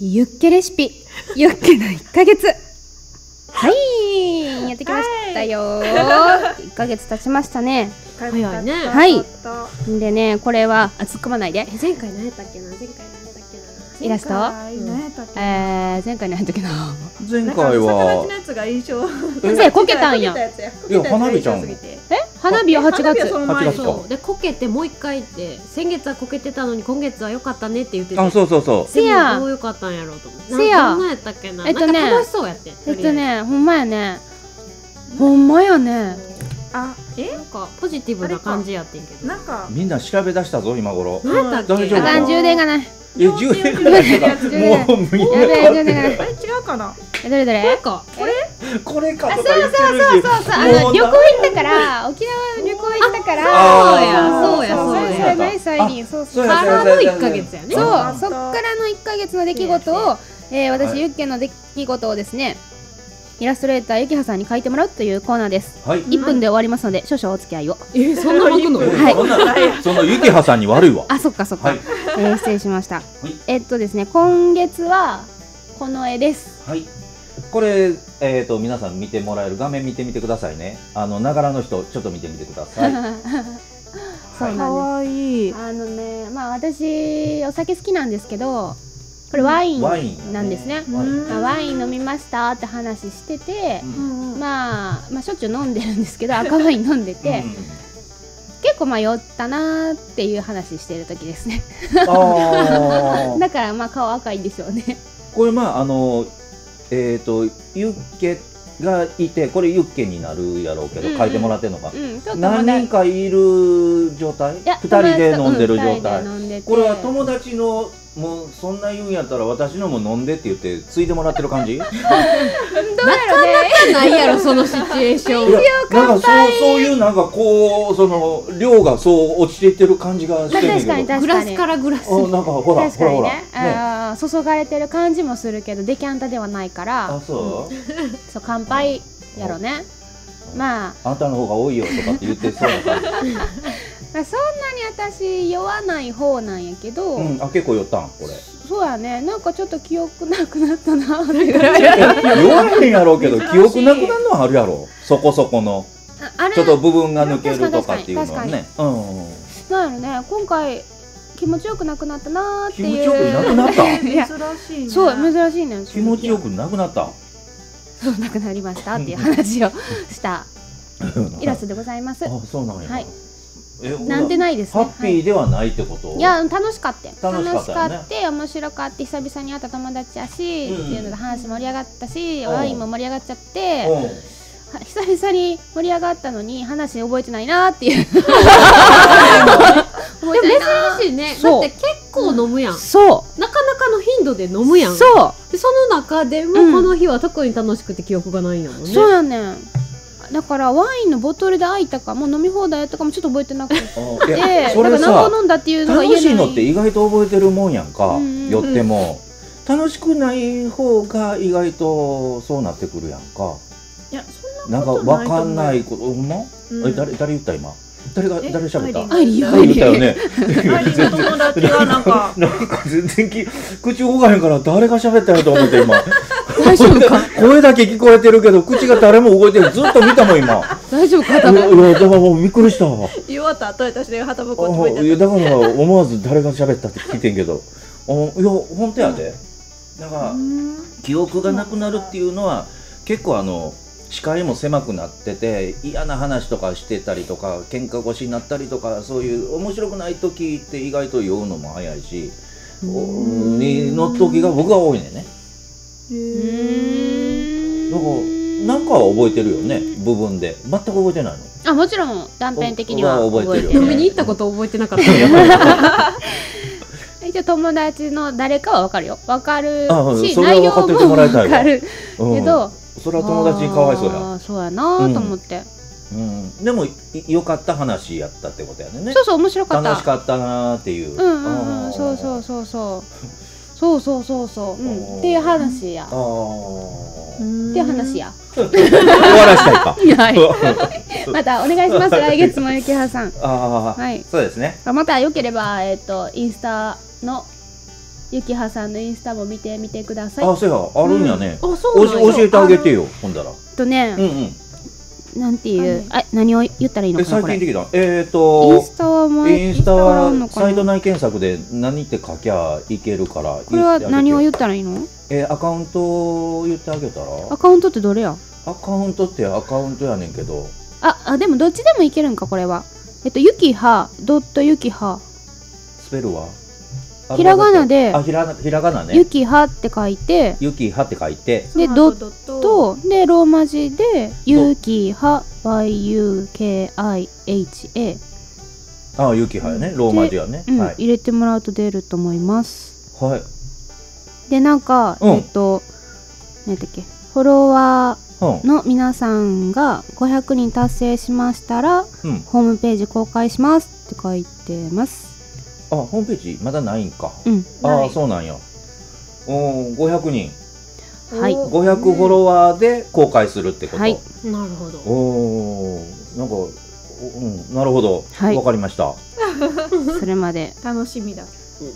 ユッケレシピユッケの1ヶ月はいやってきましたよ1ヶ月経ちましたね
早いね
はいでねこれはあ突っ込まないで
え前回何やったっけな前回何やったっけな
イラスト
何やったっけ
えー、前回のやったっけな
前
なん
回
か逆立ちの
は
やつが印象
先生こけたんや
やつや
いや花火ちゃん
こけたやつ
え花火は8
花火は
月
その前
8
で
月
し
か
ょ
そうでこけてもう一回って先月はこけてたのに今月は良かったねって言ってて
あそうそうそう
せや
でもどう良かったんやろうと思って
せや
などんなんやったっけな,、
えっとね
なんか楽しそうやって
えっ
とりあ
と
えず
ねほんまやねほんまやね
あえ
なんかポジティブな感じやってんけど
なんか
みんな調べ出したぞ今頃
何やったっ
大
け
丈
あ
夫
かん充電がない
え10年ぐらいだからもうみん
やべえ充
な
電がない
え違うかな
えどれどれ
なんか
これかとか言ってるし
そうそうあの
もう
旅行
な
行ったから沖縄旅行行ったから
そう
あ
や
ー
そうや
そ
そうう
や
ナイス
や
やナイスアイリンそうそう
そうや
カ
そうや
ラーの1ヶ月やね
そう
あ
そっからの1ヶ月の出来事を、えー私、
はい
ユッケの出来事をですねイラストレーターゆきはさんに書いてもらうというコーナーです
はい
1分で終わりますので少々お付き合いを
えそんな僕の
はい
そんなそのゆきはさんに悪いわ
あそっかそっか、
はい
えー失礼しました、
い
えっとですね今月はこの絵です
はいこれえっと皆さん見てもらえる画面見てみてくださいねあのながらの人ちょっと見てみてください
そうなんです
可愛い
あのねまあ私お酒好きなんですけどこれワイ
ワインや
ンなんですね
ワイン
うん
まあワイン飲みましたって話してて、
うん
うんうん
まあ、まあしょっちゅう飲んでるんですけど赤ワイン飲んでて、
うん
結構迷ったなーっていう話してる時ですね
あー
だからまあ顔赤いんでしょうね
これまああのえっ、とユッケがいてこれユッケになるやろうけど、
うんうん
書いてもらってんのか、
うんちょっとま
何
だ
人かいる状態
いや
2人で飲んでる
友
状
達と
態、
うん二人で飲んでて
これは友達のもうそんな言うんやったら私のも飲んでって言ってついでもらってる感じいや
どうやろね
ないやろそのシチュエーション
なんかそうそういうなんかこうその量がそう落ちていってる感じがしてるんだけど
まあ確かに確かに
グラスからグラス
あなんかほら
確
ほ
からに
ほら、
ねあー注がれてる感じもするけどデキャンタではないから
あそう、
そう乾杯やろね
うん
まあ
あんたの方が多いよとかって言ってそうな感じ、
まあそんなに私酔わない方なんやけど、
うん、あ結構酔ったん これ
そうやねなんかちょっと記憶なくなったなっ て
酔わへんやろうけど記憶なくなるのはあるやろそこそこの
ああれ
ちょっと部分が抜けるとかっていうのはね、うんうん、
なんやろね今回気持ちよくなくなったなーって
気
いう
持ちよくなくなった
いや
珍し いね
そう珍しいねん
気持ちよくなくなった
そうなくなりましたっていう話をしたイラストでございます
あそうなんや、
はい
えほ
なんてないです
ハ
ね
ッピーではないってこと、
いや楽しかったよ
楽しか
楽
っ
した
よね
かった面白かった久々に会った友達やし、
うん
っていうので話盛り上がったし
うん
ワインも盛り上がっちゃっ
う
て
ん、
は久々に盛り上がったのに話覚えてないなーっていう覚えてないな
珍しいねだ
そ
っ
う
て結構飲むやん、
そ
なかなかの頻度で飲むやん
そ
でその中でも
うん
この日は特に楽しくて記憶がないんやもん
う
ね、
そうやねんだからワインのボトルで開いたかもう飲み放題やったかもちょっと覚えてなくて
あい
だ
やそ
か
れ
ら
さ
何個飲んだっていうのが言え
楽
ない
しいのって意外と覚えてるもんやんか、
うんうん
寄っても楽しくない方が意外とそうなってくるやんか
いやそん
な
なん
か
こと
わかんな
ない
いことほんま、
と思う
え誰誰言った今誰が
え
誰喋った
アイリー
誰言ったよね
アイリーの友達がなん か
なんか全然き口動かへんから誰が喋ったよと思って今
大丈夫か
声だけ聞こえてるけど口が誰も動いてるずっと見たもん今
大丈夫
い
か
やいやだからもうびっくりしたわ
言わたとえたしではたばこ
あ
覚え
い
て
やだから思わず誰が喋ったって聞いてんけどあいや本当やでだか
た
ら記憶がなくなるっていうのは結構あの視界も狭くなってて嫌な話とかしてたりとか喧嘩腰になったりとかそういう面白くない時って意外と酔うのも早いしおにの時が僕が多いねんねだからなんかは覚えてるよね部分で全く覚えてないの
あもちろん断片的には
お
覚えて
よ
る
飲みに行ったこと覚えてなかったよ
一応友達の誰かは分かるよ分かる
あうん
し
それは
内
分
容
かっ
も
ててもらいたいわ
分かる
うん
けど、
それは友達にかわいそうや
あーそうやなーと思って、
うん、でもい良かった話やったってことやねんね
そうそう面白かった
楽しかったなーっていう
うんうんうんそうそう
う
そうそうそうそうそうそう、うん、っていう話や
あーあー
っていう話や
終わらしたいか
またお願い します来月もゆきはさん
ああ、
はい
そうですね
あまたよければえっ、とインスタのゆきはさんのインスタも見てみてください
あそうやあるんやね、
あそう
お
な
し
んや
教えてあげてよほんだら
えっとね
うん、うん
なんていうあ何を言ったらいいの
え
かな
最
こ
近
れ
できたえっ、ー、
イ
と
ンスタはもう
インスタ
イン
は
スタか
サ
らあ
イト
るのかな
内検索で何って書きゃいけるから
これは何を
言
言
っ
ってたらいいの
あげてよえアカウントを言ってあげたら
アカウントってどれや
アカウントってアカウントやねんけど
ああでもどっちでもいけるんかこれはえっとゆきはドットゆきは
スペルは
ひらがなで
あひらひらがな
ゆ
ね
きはって書いて
ゆきはって書いて
で
その後
ド
ドット
とでローマ字でゆきは YUKIHA
ああゆきはやねローマ字やね、
うん、
はい、
入れてもらうと出ると思います
はい、
でなんか、
うん
えっと何だっけフォロワ
うん
ーの皆さんが500人達成しました
う
ら
ん、
ホームページ公開しますって書いてます
あホームページまだないんか、
うん
あ
な
あ
い
そうなんやうん500人
はい
お
500フォロワーで公開するってこと、
はい
なるほど
おーなんかおうんなるほど、
はい
わかりました
それまで
楽しみだ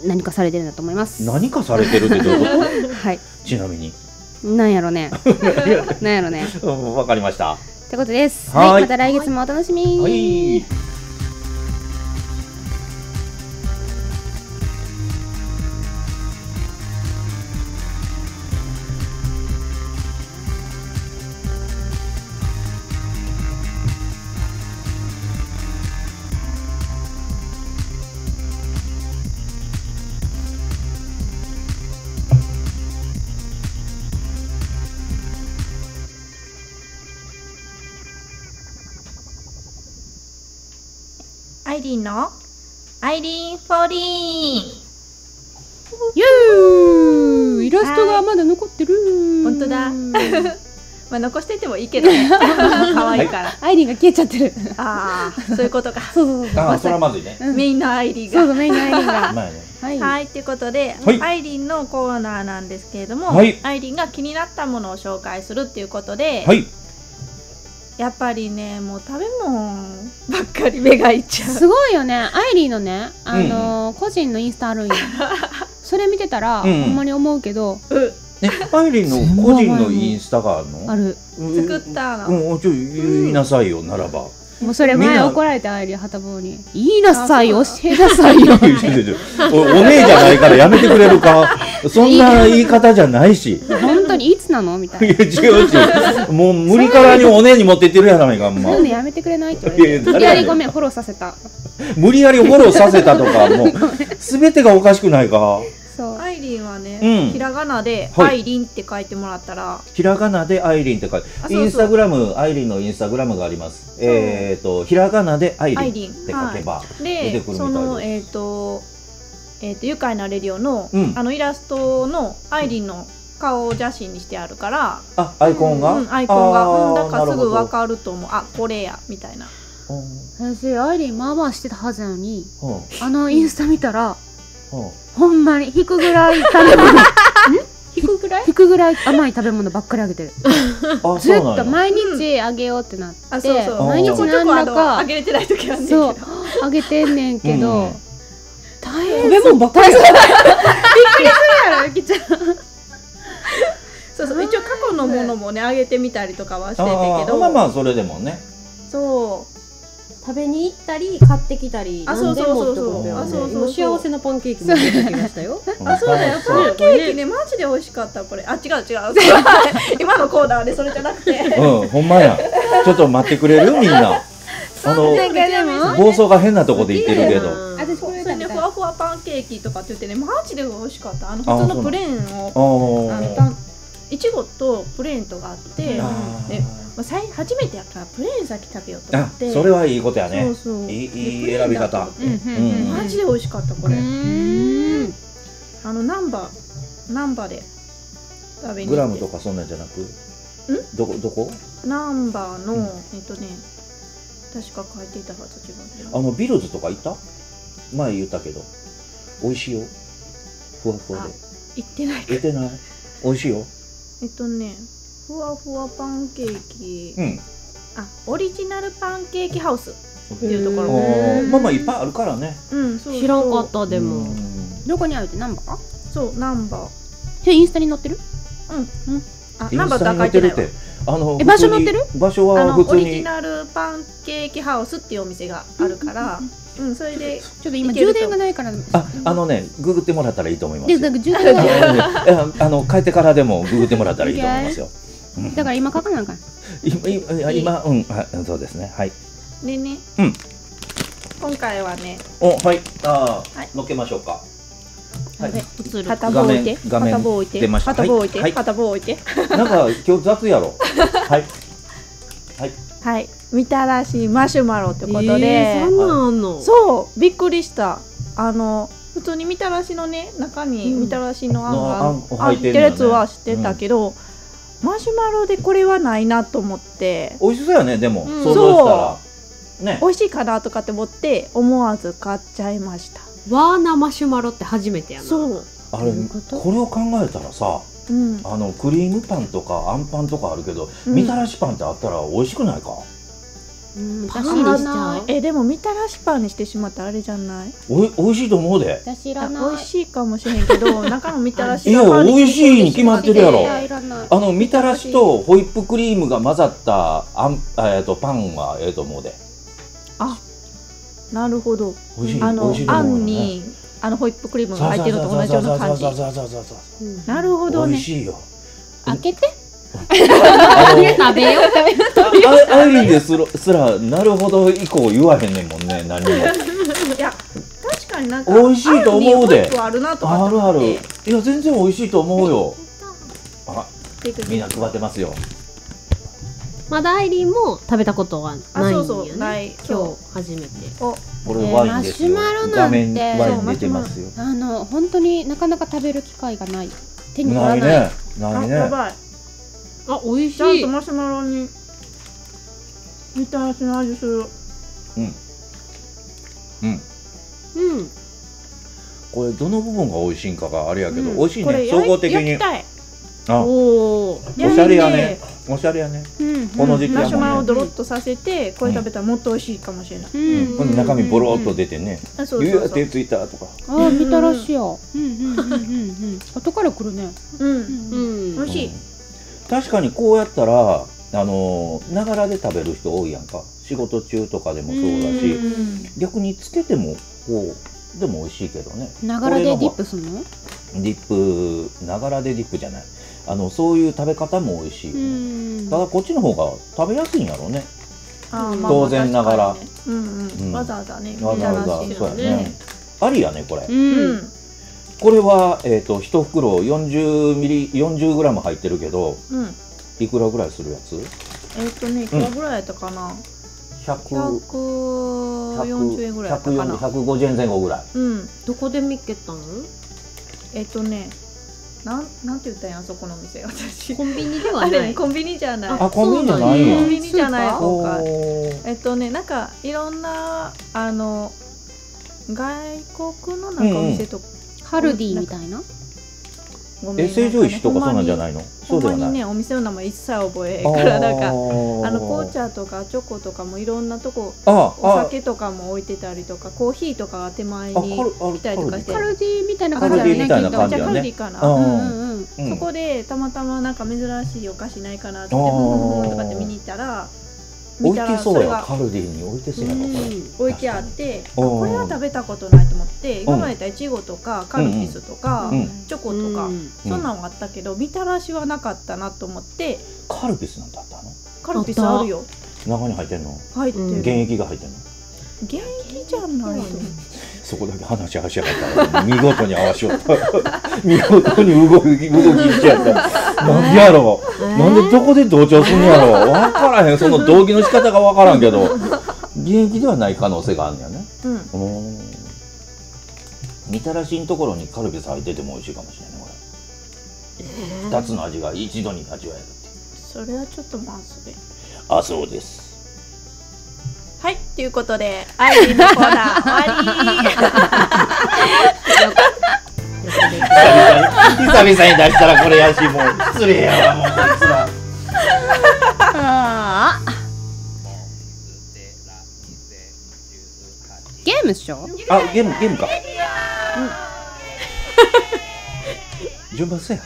何かされてるんだと思います
何かされてるってどういうこ
はい
とちなみに
なんや ろねなんやろね
うんわかりました
ってことです
は
はいい、また来月もお楽しみに、
はい
イリンのアイリン・フォーリン
ユーイラストがまだ残ってる
本当だまあ残しててもいいけど ね可愛いから、
アイリンが消えちゃってる
ああそういうことか
そうそうそうそう
ああ、それはまずいね。
うん
メインのアイリン
そ
が
うそうメインのアイリンが
まあね。
はい、
はいということで、
はい
アイリンのコーナーなんですけれども、
はい
アイリンが気になったものを紹介するっていうことで、
はい。
やっぱりねもう食べ物ばっかり目がいっちゃう
すごいよねアイリーのねあのー個人のインスタあるんよそれ見てたら、
うん
ほんまに思うけど
え、アイリンの個人のインスタがあるの
ある
うん
作ったの、
うん、ちょ、言いなさいよ、ならば。
もうそれ
みん
前
な
怒られてアイリーはたぼうに「言いなさい
あ
教
そ
えなさい
い
よ
やいやいやいやおお姉じゃないからやめてくれるか。そんな言い方じゃないし。」
本当にいつなのみた
いや、
い
違う違う。もう無理からにお姉に持ってってるやないか、ほん
な「
ま
そういうのやめてくれない?」って言われ
いやい
て
や
いき
誰
な
やねん
りごめんフォローさせた
無理やりフォローさせたとか、もう、すべてがおかしくないか。
そう
アイリンはね、
うん
ひらがなで「
はい
アイリン」って書いてもらったら
ひらがなでアイリンって書いて
あそ、うそう
インスタグラム、アイリンのインスタグラムがあります。えっ、と、ひらがなでアイ
アイ
リ
リン
ンって書けば、出て
で
くるみたいです
そのえっ、とえっ、と「愉快なレディオの」
うん
あのイラストのアイリンの顔を写真にしてあるから、
あ、アイコンが、
うん、アイコンが、うん、
あー
だからすぐ
なる
分
ほど
かると思うあこれやみたいな
うん
私アイリーまあまあしてたはずやのに
は
あのインスタ見たら
あは
ほんまに引くぐらい食 べ物
引くぐらい
引くぐらい甘い食べ物ばっかりあげてる
ああ、
ずっ
そうな
と
んや。
毎日あげようってなって、
あそうそう
毎日
ちょこちょこあのあげれてない時あんねんけ
そう
ど
あげてんねんけど、
うん
大
食
変
べ物ばっかりだ
やろゆきちゃん
そうそう一応過去のものもねあげてみたりとかはして
あ
んねんけ
ー
ど
まあまあ、それでもね。
そう
食べに行ったり買ってきたり
あ
何でもってことだ
そうそうそうそうあそ
よね
うそう
そう
今幸せなパンケーキも出てきましたよ
うん
あそうだよ
そう
パンケーキねマジで美味しかったこれあ違う違 う今のコーナーでそれじゃなくて
うん、ほんまや。ちょっと待ってくれるみんな。あの、
なんかでも
暴走が変なとこで言ってるけど。
あ
私
そ
これ
れ
食
ね
べた
ふ
い
わふわパンケーキとかって言ってねマジで美味しかった
あ
あの普通
そうなの
のプレーンをあのパ
あ
ンいちごとプレーンとがあって
ー
ま
あー
ねあさい初めてやからプレーン先食べようと思
あ
っ、て
それはいいことや
そ
ね
う。そう
いい
で
いい
プレーン
選び
だ
方
と思って
うんうんうん
マジで美味しかったこれ、
うーん
あのナンバーナンバーで食べに行って
グラムとかそんなんじゃなくどこ、どこ
ナンバーの、
うん
えっとね確か書いていたはず自分で
あの、ビルズとか行った前言ったけど。美味しいよ。ふわふわで。
行ってないか
言ってない美味しいよ。
えっとねふわふわパンケーキ、
うん。
あオリジナルパンケーキハウスっていうとこ
あ
ろ
ーまあまあ、いっぱいあるからね。
うんそう
知らんかったでも、
うん
どこにあるってナンバー
そうナンバー
それインスタに載ってる
あ
イン
ナンバ
ス
ー
タ
と
に
は書
載
い
ってて
な
る
い
っ
わ
て。あの
え
普通に
場所載ってる
場所は
あの
普
オ
通
リジ
に。
ナルパンケーキハウスっていうお店があるから、うん、それで
ちょっと今
いける
充
と
電がないから
あ、あのね、ググってもらったらいいと思います
で
よ。
なんか充電が
あ
ない
のねえあの帰ってからでもググってもらったらいいと思いますよ。うん
だから今書かなあかん
今今今うんはいそうですねはい
でね、
うん
今回はね、
おはいあー、
はい
乗っけましょうかはい
映る
片棒置いて、
画面
片棒置いて、
出ました
片棒置いて、
はい
片棒置いて、
なんか今日雑やろはいはい
はい、みたらしマシュマロってことで、
えーそんなんあんの
そうびっくりしたあの普通にみたらしのね中にみたらしのあんが
うんのあん入
入っ
っててんの
る
よね
やつは知ってたけど、マシュマロでこれはないなと思って
美味しそうやねでも、
うん
想像したらね
美味しいかなとかって思って思わず買っちゃいました
ワーナマシュマロって初めてやな
そう、
あれ
どういうこと
これを考えたらさ
うん、
あのクリームパンとかあんパンとかあるけど、
うん
みたらしパンってあったら美味しくないか
うん
パ
私
シリし
い
ちゃう
えでもみたらしパンにしてしまったらあれじゃない
おい美味しいと思うで
私い
あ
らない
美味しいかもしれんけど 中のみたらし
いや
が
美味しいに決まってるやろ
いらいらない
あのみたらしとホイップクリームが混ざったあんあえっとパンはええと思うで
なるほど
美味しい
あ
美
の
味しいと
あ
思うよ
ん
ね
にあのホイップクリームが入ってるのと同じような感じ
そうそうそうそうそうそう
うん
なるほど
美
ね
味しいよ。
開けて
あの
食べよう
あアイリンですらすらなるほど以降言わへんねんもんね何も。
いや確かになんか
美味しいと思うで
あるにホイップあるなとか
あ
って
る
思
あ
っ
る。い
て
や全然美味しいと思うよ。あら
びっくり
みんな配ってますよ。
まだアイリンも食べたことは
あ
ないん
そ
よ
うそう
ね
ない今
今
日
日初めて
これワインですよ、
えーマシュマロなんて
画面にワイン出てますよ
あの本当になかなか食べる機会がない手に取
な
らないい
ねな
あ
い
や
ね
ばい
あ美味し
ちゃん
い
とマシュマロにみたらしの味する
うん
うん
これどの部分が美味しいんかがあれやけど、
うん
美味しい
これ
ね
焼
総
い
合的
焼
に
きたい
あお
おー
焼い
しゃれ
て
やねおしゃれやね
うん
この時期
マシュマロを
や
ドロッとさせてこれ食べたらもっと美味しいかもしれない
うん
もんね、
う
うん
ん
ほんで中身ボロっと出てね「
あそう
ゆう
そ
や
うそ
手
う
ついた」とか「
ああみたらしやうんうんうんうんうん 後から来るね
う
うん
うんん
美味しい
確かにこうやったらあのーながらで食べる人多いやんか仕事中とかでもそうだし、
うん
逆につけてもこうでも美味しいけどね
ながらでディップするの
ディップながらでディップじゃないあのそういう食べ方も美味しいよ
う
ね、
ん
ただこっちの方が食べやすいんやろうね
あーまあ
当然ながら
確かにねうん
う
うんんわざわざねみ
わざ
た
わ
ら
ざ
し
そう
の
や
ね
ねありやねこれ、
うん
うん
これは、えー、と1袋40ミリ40グラム入ってるけど
うん
いくらぐらいするやつ
えーっとねいくらぐらいやったかな
100
140円ぐらいやったか
140
な
150円前後ぐらい
うん
どこで見っけたん
えーっとねなんなんて言ったんやあそこの店私
コンビニでは
あ
な
れ
い
コンビニじゃない
あコンビニじゃないんや
コンビニじゃない方か
おー
えっとねなんかいろんなあの外国のな
うん
ん
う
か
ん
お店とか、
カルディみたいな
ごめん
え成城石とかそんなんじゃ
い
ないのそう
ほ
んで
ま
は
に
ない
ねお店の名前一切覚えへんからなんかあの紅
あー
茶とかチョコとかもいろんなとこ
あ
お
あ
酒とかも置いてたりとかコーヒーとかが手前
あ
に来たりとかして
カルディみたいな
カ
感
ル
じ
デ
だ
ィ
よ
たいな
み
ね
感
じ
じや
ゃあカル
ね
ディかな、
うん
うんうん
うん
そこでたまたまなんか珍しいお菓子ないかなって
あー
ふんふんふんとかって見に行ったら見
置い
た
て
ら
そ
そうれ
や
が
カルディに置いてそうやなこれ
置いてあってあ
確かに
これは食べたことないと思って
うん
今までやったらいちごとかカルピスとか、
うん
チョコとか、
う
う
ん
ん
そんなんはあったけどみたらしはなかったなと思って
カルピスなんてあったの
カルピスあるよ
中に入ってんの
入ってる、
うん
原液が入ってんの
現役じゃないと思う
そこだけ話し合わしやがったら見事に合わしよった 見事に動き動きしちゃったなんでやろう、
えー
なんでどこで同調すんのやろう分からへんその動機の仕方が分からんけど現役ではない可能性があるんだよね
うん
うーんみたらしのところにカルピス入ってても美味しいかもしれないねこれ2つの味が一度に味わえるっていう
それはちょっとまずい
あそうです
はいということでアイリーのコーナー終わり
久々に久々に出したらこれやしもう失礼やわもうこいつら
ああ
モンステラ2018
ゲームっしょ
あゲームゲームか、うん、順番せや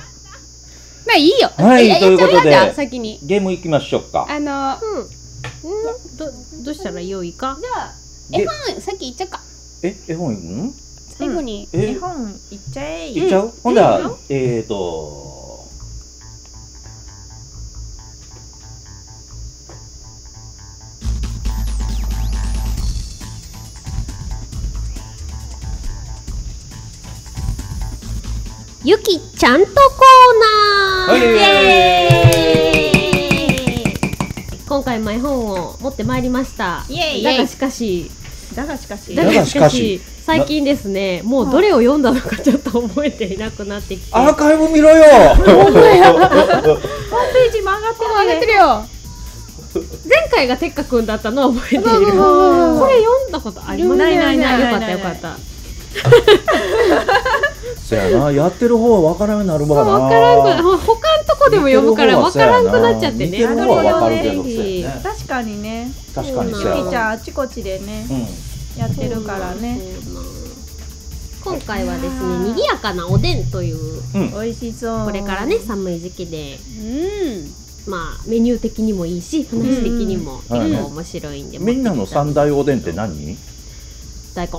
まあいいよ
はい
や
ということで
やっちゃうやっちゃう先に
ゲーム行きましょうか
あの
うんどどうしたら良いか
で
うん先行っちゃうか
え絵本ん
最後に
え
日 本行っちゃえ
行っちゃう、ほんだら、えーと
ゆきちゃんとコーナー、
はい
イエーイ今回マイ本を持ってまいりました
イエイ
だがしかし
だがしかし
だがしかし
最近ですねもうどれを読んだのかちょっと覚えていなくなってきて
アーカイブ見ろよ
ホームページも上がって
あ
る
や
ね
ってるよ
前回がてっかくんだったのは覚えているこ
そうそ
れ
うそうそう
読んだことあります
ないないない
よかった
ない
よ
ない
か
ない
った
そやなやってる方は分からんようになるわな
分からんくな他のとこでも読むから分からんくなっちゃって
見
ね
てる方は分かるけど
あの
そうやね
確かにね
確かに
ゆ
そ
き
うや
ちゃん
わ
あちこちでね
うん
やってるからね
そうなん今回はですね賑やかなおでんという
うん
美味しそう
これからね寒い時期で
うん
まあメニュー的にもいいし話的にも結
うん
構面白いんで、
みんなの三
大
大おでんって何
大根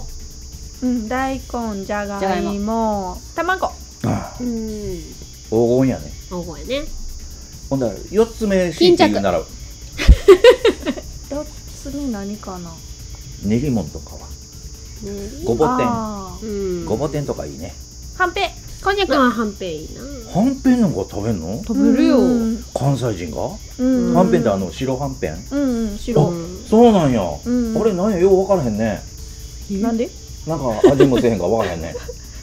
うん大根じゃ
じゃが
が
い
いも卵
ああ
うん
黄金やね
大根やね
ほんだら4つ目 C って言うなら
四つ目何かな
練り物とかは
うん
ごぼ天
あー
うん
ごぼ天とかいいね
はんぺ
こんにゃく
あーはんぺんいいな
はんぺんなんか食べんの
食べるよ。
う
うん
ん
関西人が、
うん
はんぺんってあの白はんぺん
うんうん白
そうなんや、
ん
あれなんやよう分からへんね
なんで
なんか味もせえへんから分からへん ね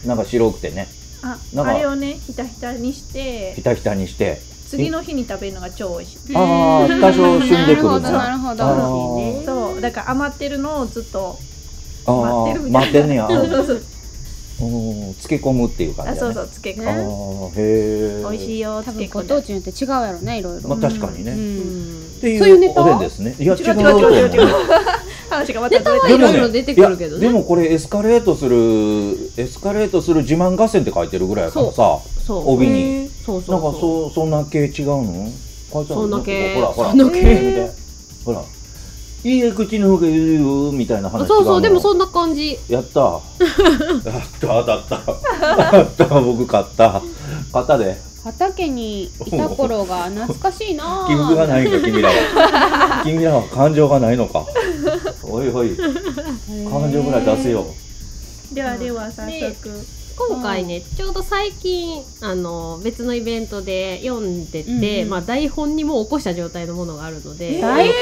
なんか白くてね
あ
なんか
あれをねひたひたにして
ひたひたにして
次の日に食べるのが超美味しい
ああ多少旬でくるの
なるほどなるほど
あー
そうだから余ってるのをずっと
あ
待ってる
ー
みたいな
待ってんねやあ
そうそう
ー
そう
うん漬け込むっていう感じや
あ
ね
そうそう漬け
あ
込む
ーへえ
美味しいよ
多
漬け
分
込
ご
ん
当
で
地によって違うやろねいろいろ、
まあ確かにね、
う
っ
ん、
て
そういう
い
ネ
う
タ
お
は
でんですねいや
違
違
う
う
違う
と思う
違う違う
ね
話がまたずれて
ネタ
で
い
も
ろ
ね
いろ出てくるけど
いや
ね
でもこれエスカレートするエスカレートする自慢合戦って書いてるぐらいやからさ
そう
帯に
へー
そうそ
な
うん
か
そう
そそんな系違うの書いてある
そんな系
ほらほら
そんな系
見て見てほらいい口の方が言うよみたいな話違
あ
うの
そうそうでもそんな感じ
やった やった当たったやった僕買った買ったで
畑にいた頃が懐かしいな
気分がないんか君らは 君らは感情がないのかおいおい 感情ぐらい出せよ
ではでは早速
今回ねちょうど最近あの別のイベントで読んでて、
うんうん
まあ、台本にもう起こした状態のものがあるので、
えー
大変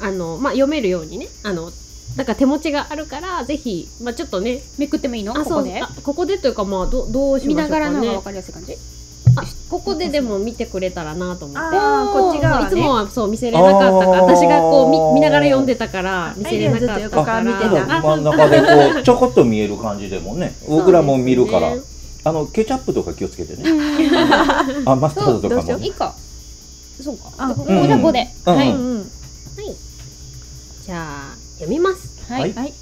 あのまあ、読めるようにねあのだから手持ちがあるからぜひ、まあ、ちょっとね
めくってもいいの
あ
ここ
そう
で
あここでというか、まあ、どどうし
見
ま
な
しょうか
がらの方が
ね
分かりやすい感じ
あここででも見てくれたらなと思って。
ああこっち側
いつも
ね
はそう見せれなかったから
あー
私がこう見見ながら読んでたから見せれなかったか
あ
ら
いいねずっと横から見てた
真ん中でこうちょこっと見える感じで もね僕らも見るから、
そうで
あのケチャップとか気をつけ てねあマスタードとかも
い
ね
いかそうか
あ
じゃあここ
うんうん
じゃあここで
うんうん
は
う
い
んうん
じゃあ読みます
はい
はい
はい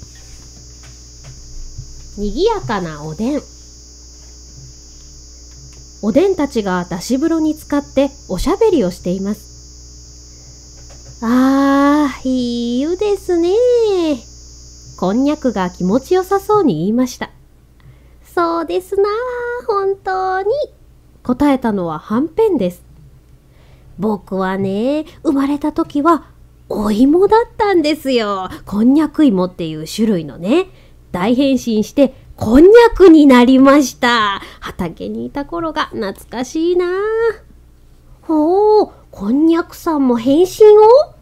にぎやかなおでんおでんたちがだし風呂に使っておしゃべりをしていますあーいい湯ですねこんにゃくが気持ちよさそうに言いましたそうですなあ本当に答えたのははんぺんです僕はね生まれた時はお芋だったんですよこんにゃく芋っていう種類のね大変身してこんにゃくになりました畑にいた頃が懐かしいなほうこんにゃくさんも変身を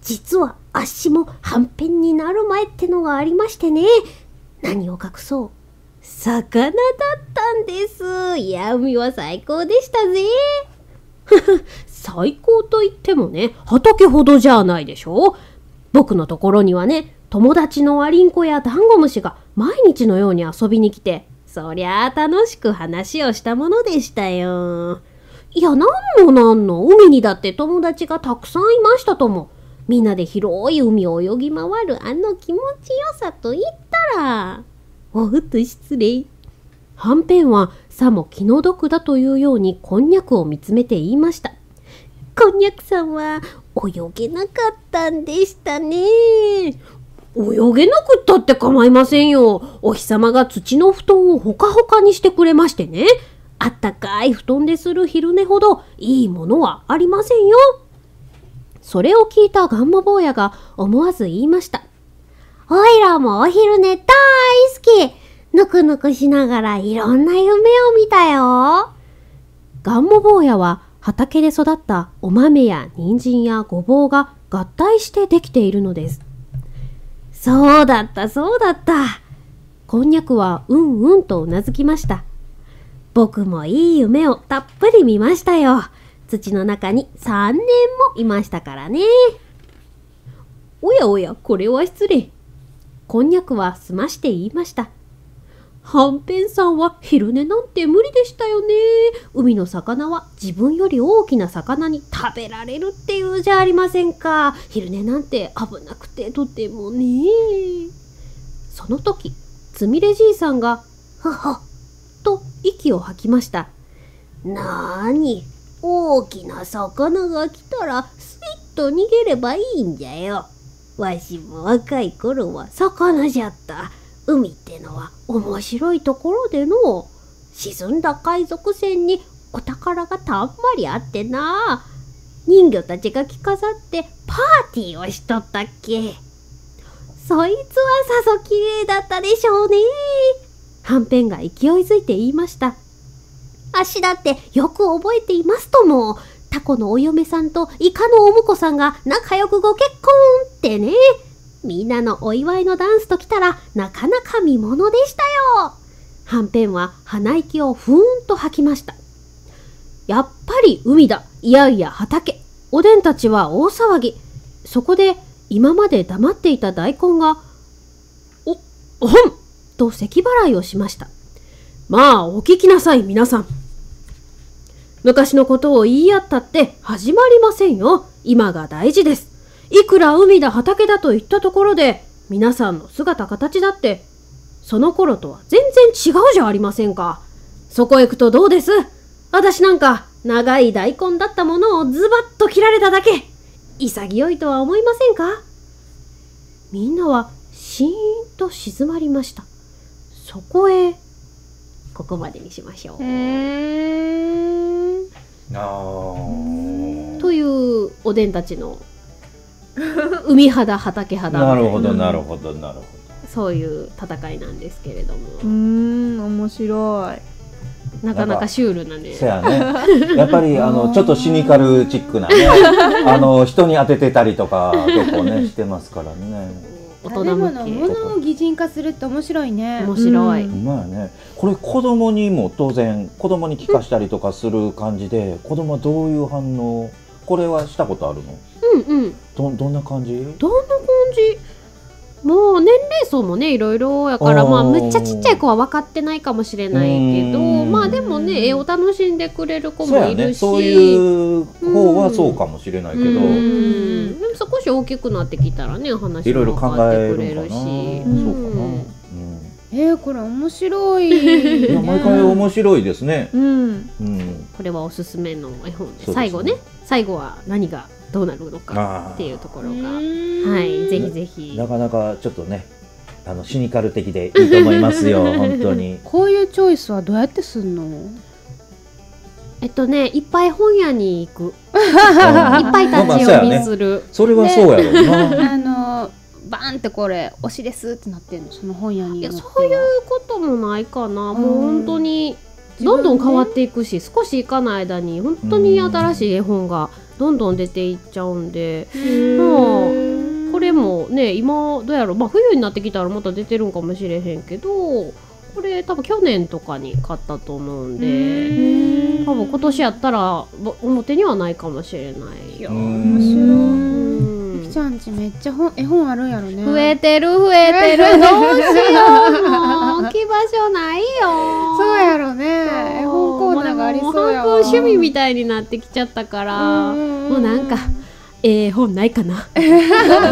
実はあっしもはんぺんになる前ってのがありましてね何を隠そう魚だったんですいや海は最高でしたぜ最高といってもね畑ほどじゃないでしょ僕のところにはね友達のアリンコやダンゴムシが毎日のように遊びに来てそりゃあ楽しく話をしたものでしたよいやなんのなんの海にだって友達がたくさんいましたともみんなで広い海を泳ぎ回るあの気持ちよさと言ったらおっと失礼はんぺんはさも気の毒だというようにこんにゃくを見つめて言いましたこんにゃくさんは泳げなかったんでしたね。泳げなくったって構いませんよ。お日様が土の布団をほかほかにしてくれましてね。あったかい布団でする昼寝ほどいいものはありませんよ。それを聞いたガンマ坊やが思わず言いました。おいらもお昼寝大好き。ぬくぬくしながらいろんな夢を見たよ。ガンモ坊やは畑で育ったお豆や人参やごぼうが合体してできているのです。そうだったそうだった。こんにゃくはうんうんとうなずきました。僕もいい夢をたっぷり見ましたよ。土の中に3年もいましたからね。おやおや、これは失礼。こんにゃくは済まして言いました。はんぺんさんは昼寝なんて無理でしたよね。海の魚は自分より大きな魚に食べられるっていうじゃありませんか。昼寝なんて危なくてとてもね。その時、つみれじいさんが、はは、と息を吐きました。なーに、大きな魚が来たらスイッと逃げればいいんじゃよ。わしも若い頃は魚じゃった。海ってのは面白いところでの沈んだ海賊船にお宝がたんまりあってな人魚たちが着飾ってパーティーをしとったっけそいつはさぞ綺麗だったでしょうねはんぺんが勢いづいて言いましたあ足だってよく覚えていますとも。タコのお嫁さんとイカのお婿さんが仲良くご結婚ってね。みんなのお祝いのダンスときたらなかなか見ものでしたよ。はんぺんは鼻息をふーんと吐きました。やっぱり海だ。いやいや畑。おでんたちは大騒ぎ。そこで今まで黙っていた大根が、お、おほんと咳払いをしました。まあ、お聞きなさい、皆さん。昔のことを言い合ったって始まりませんよ。今が大事です。いくら海だ畑だと言ったところで、皆さんの姿形だって、その頃とは全然違うじゃありませんか。そこへ行くとどうです私なんか、長い大根だったものをズバッと切られただけ。潔いとは思いませんかみんなはシーンと静まりました。そこへ、ここまでにしましょう。
あ
というおでんたちの海肌畑
あ
肌
なるほどなるほどなるほ
そういう戦いなんですけれども
うーん面白い
なかなかシュールなね
どせやねやっぱりあのちょっとシニカルチックな ねあの人に当ててたりとか結構ねしてますからね
大
食べ
人向
物
け
物を擬人化するって面白いね
面白い、
う
うまいねこれ子供にも当然子供に聞かしたりとかする感じで子供はどういう反応これはしたことあるの
うんうん
どどんな感じ
どんな感じもう年齢層もねいろいろやから
あー
まあむっちゃちっちゃい子は分かってないかもしれないけど
うーん
まあでもね絵を楽しんでくれる子
そう
も
や
いる
ね
し
そういう方はそうかもしれないけど
うんでも少し大きくなってきたらね話
いろいろ
も
考
分かっ
え
て
る
くれ
の
る
かな
し
そうかな、う
う
んん
えー、これ面白い
い や毎回面白いですね、
うん
うん、
これはおすすめの絵本で
そうですね
最後ね最後は何がどうなるのかっていうところがはいぜひぜひ
なかなかちょっとねあのシニカル的でいいと思いますよ本当に
こういうチョイスはどうやってすんの
えっとねいっぱい本屋に行くいっ
い
ぱい立ち読みする
それはそうやろうな、
あのバーンってこれ推しですってなってんのその本屋に
いや
載っては
そういうこともないかなもう本当にどんどん変わっていくし少し行かない間に本当に新しい絵本がどんどん出ていっちゃうんでもうこれもね今どうやろうまあ冬になってきたらまた出てるんかもしれへんけどこれ多分去年とかに買ったと思うんで多分今年やったらぼ表にはないかもしれないよ。
うん
うん
ゆきちゃんちめっちゃ本絵本あるんやろね
増えてる増えてるどうし ようもう置き場所ないよ
そうやろね絵本コーナーがありそうやわ
もう半分趣味みたいになってきちゃったからも
も
うなんかええ本ないか な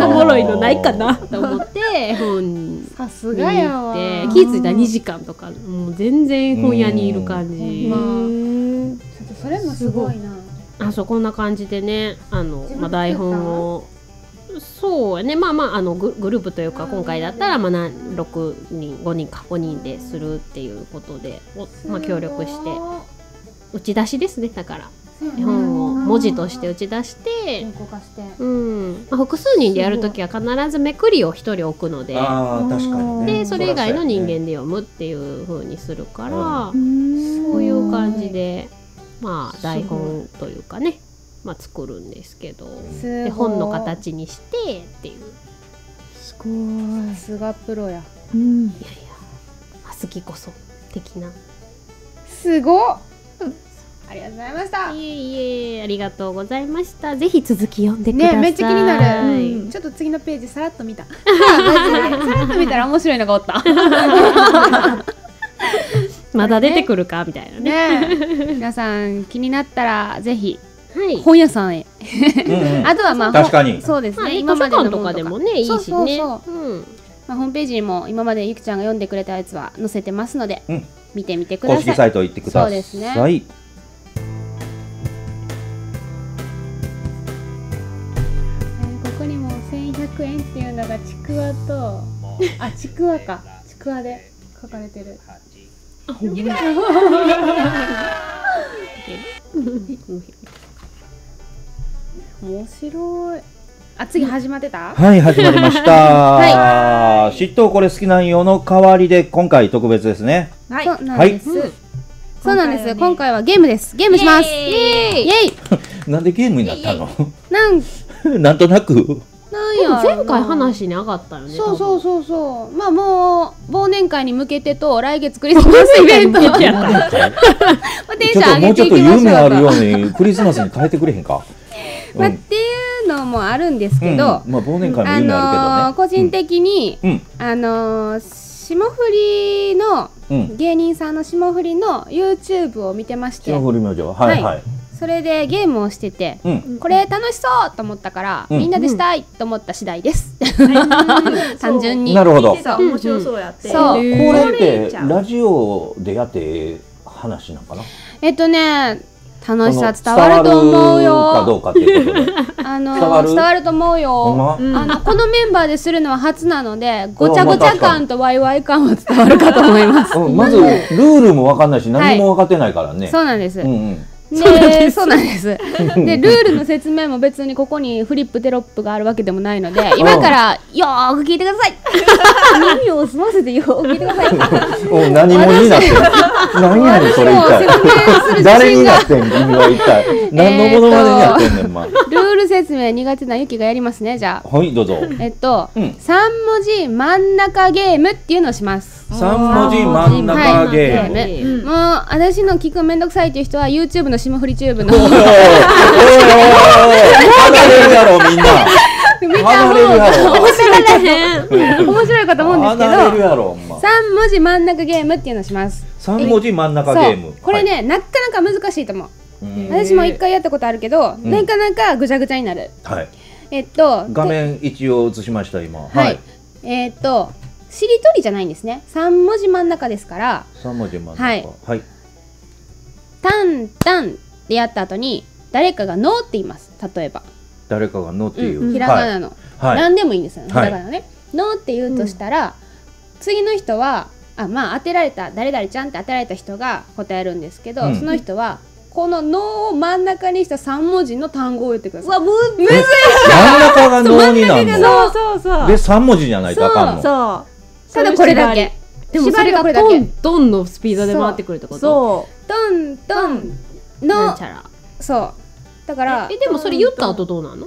おもろいのないかなと思って絵本
さす
見
が
に
や
行
わ
って気づいたら2時間とかもう全然本屋にいる感じ
まあちょっとそれもすごいな
あそうこんな感じでねあの
自、分で作っ
まあ、
た
台本をそうやねまあまああのググループというか今回だったらまあ何6人5人か5人でするっていうことで、おまあ、協力して打ち出しですねだから絵本を文字として打ち出して、
文庫化して
うんまあ、複数人でやるときは必ずめくりを1人置くので。
あー確かにね
でそれ以外の人間
で
で読むっていう風にするから、
う
そういう感じでまあ台本というかね、まあ、作るんですけど
すごい
で本の形にしてっていう
すごい
さすがプロや
うん
いやいや、まあ、好きこそ的な
すごっありがとうございました
いえいえありがとうございましたぜひ続き読んでください
ねめっちゃ気になる
はい
ちょっと次のページさらっと見たさらっと見たら面白いのがおった
まだ出てくるかみたいなね
ねえ皆さん気になったらぜひ
はい
本屋さんへ
うんうん
あとはまあ
確かに
そうです
まあ、
ね
図
今
書
までの
館
本
とかでもねいいし
そ
ね
うそうそう
うん、
まあ、ホームページにも今までゆきちゃんが読んでくれたやつは載せてますので、
うん
見てみてくだ
公
さ
式
い
サイト行ってください
そうですねここにも1100円っていうのがちくわとあちくわかちくわで書かれてる面白いあ次始まってた、
はい、始まりま した。はい。嫉妬これ好きなんよの代わりで、今回特別ですね。
はい
そうなんです、
は
そうなんで
今回はね
すよ今回はゲームですゲームします
イ
イ
エ
エイ
なんでゲームにな ったの
なん
なんとな く
なんや
前回話に上がったよね
そうそう
そ
そうそうまあもう忘年会に向けてと来月クリスマスイベントのまあテン
ち
シ
ょっと
ョン上
も
げ
うち
て
ょっ
い
と
きまし
夢
ょ
あ
う
る
と
ようにクリスマスに変えてくれへん か、
まあ、っていうのもあるんですけど、
うんまあ忘年会も
あ
夢あ
のー
るけどね
個人的に、
うん
あのー霜降りの
うん、うん、
芸人さんの霜降りの YouTube を見てまして
霜降り明星ははいはい、
それでゲームをしてて
うん
これ楽しそうと思ったから、
うん
みんなでしたいと思った次第です、単純に
なるほ
見
ど
てた面白そうやって。
そう
う
これっ
これいい
て
じゃん
ラジオでやって話なんかな
えっとね楽しさ伝
あ
わ
の
ると思うよ
伝わるかどうかっていうことで
あのー
伝
伝
わ
わ
る
ると思うよ
ほんま、
うん
あのこのメンバーでするのは初なのでごちゃごちゃ感とワイワイ感は伝わるかと思います。
うんまずルールも分かんないし
い
何も分かってないからね、
そうなんです。
うんうん
で、そうなんです。で、ルールの説明も別にここにフリップテロップがあるわけでもない ので、今からよーく聞いてください。耳を澄ませてよーく聞いてください。
お何もになってる 何やねんそれ一
私も説明する
体
自信が
誰になってん君は一体何のものまねにやってんねんまあ
ルール説明苦手なユキがやりますね。じゃあ、
はいどうぞ
えっと、
うん
三文字真ん中ゲームっていうのをします。
三文字真ん中ゲーム、
はい
ゲ
ーム
もう私の聞くめんどくさいっていう人は YouTube の霜降りチューブの
おいおいおいおいおい離れるやろみんな
めっちゃ
離れるやろ
面白いね
面白いかと思うんですけど
離れるやろほんま
3文字真ん中ゲームっていうのをします
三文字真ん中ゲーム
そうこれね、なかなか難しいと思う
はいうん
私も一回やったことあるけど、
ん
なかなかぐちゃぐちゃになる
はい
えっと
画面一応映しました今
は
はいい
でえっとしりとりじゃないんですね3文字真ん中ですから
三文字真ん中
はい
はい
「タンタン」でやった後に誰かが「ノー」って言います例えば、
誰かがのっていう
うんひらが
は
ないの、
はい
何でもいいんですよね、
はい
ひらがなね「ノー」って言うとしたら、次の人はあまあ当てられた誰々ちゃんって当てられた人が答えるんですけど、
うん
その人はこの「ノー」を真ん中にした3文字の単語を言ってください。
真ん中がのになるの
そうそうそう。
で三文字じゃないとあかんの
そう。
ただこれだけ。
でもそれが
縛りはこ
ト
れだ
ントンのスピードで回ってくるってこと
そう。
トントン
なん
の
ちゃら
そうだから
えでもそれ言った後どうなの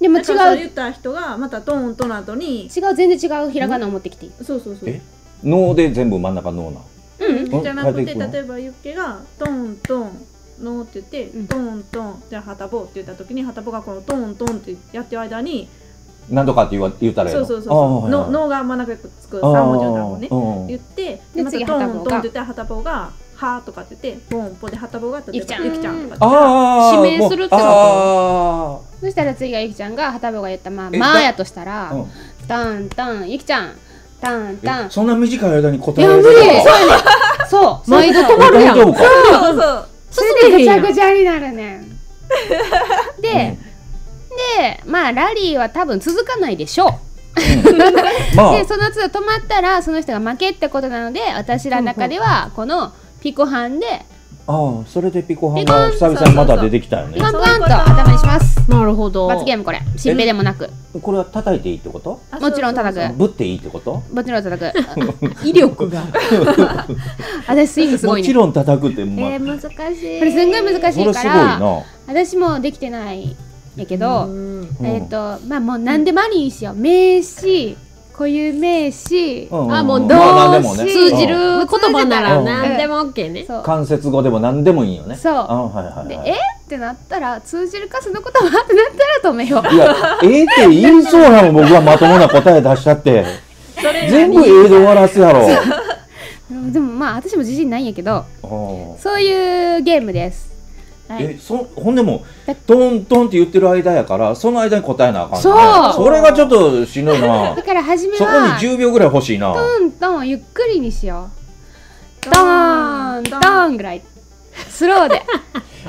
でも違
だからそれ
う違う
言った人がまたトーンとの後に、
全然違うひらがなを持ってきていい。
そうそうそう。
えので全部真ん中のな
うん
じゃなく
変えて
て
いくの
例えばユッケがトントンのって言って、
うん
トントンじゃあハタボって言った時にハタボがこのトントンってやってる間に
何とかって言わ言ったらいい
そう
の
そうそうの
の
のが真ん中につく三文字の単語ね言
ね
って
で
また
次
トン
ハタ
トン
ボが
って言ったらハタボがハとかって言ってポンポンでハタボが例えば
ゆきちゃん
ゆきちゃんとかって
ああ
指名するってこと
あ
そしたら次がゆきちゃんがはたぼが言ったまあ
え
まあやとしたら
あ、うん
タンタンゆきちゃんタンタ
え
ン
そんな短い間に答
い
え
や
ら
無
れる
理
の
そう
か
やねんそう
毎度止まるや
大
ん
丈夫か
そうそう
それでぐちゃぐちゃになるねんで、でまあラリーは多分続かないでしょう
まあ
でその都度止まったらその人が負けってことなので私らの中ではこのピコハンで
ああそれでピコハンが久々にまた出てきたよね
パン
そうい
パ
う
ン
こと
と頭にします
なるほど
罰ゲームこれ新兵でもなく
これは叩いていいってこと
あ
もちろん
そうそう
叩く
ぶっていいってこと
もちろん叩く
威 力が
私スイングすご
も
い
ち
ね
ろん叩くってま
え
あ
ー、難しい。
これすんごい難し
そ
い
れす
か
ごいな
ら私もできてないやけど
うん
えっとまあもう何でもありにしよう名詞固有名詞
うんん
あもう
まあ何で
どうし
通じる
うん
言葉な
う
ら
ん
何でも OK ね
そう
関節語でも何でもいいよね
そう
あはいはい
で
はい
えってなったら通じるかそのことはってなったら止めよう
いや、ええって言いそうやもん、僕はまともな答え出しちゃって。全部ええで終わらすやろ。
でもまあ私も自信ないんやけど
あ
そういうゲームです
あえ、そ、ほんでも、トントンって言ってる間やから、その間に答えなあかん、ね。
そう
それがちょっとしんどい な
だ。から初め
そこに
は
10秒ぐらい欲しいな。
トントンゆっくりにしよ
ド
うト
ー
ー
ン
ン
ド
ト
ーン
ーンぐらいスローで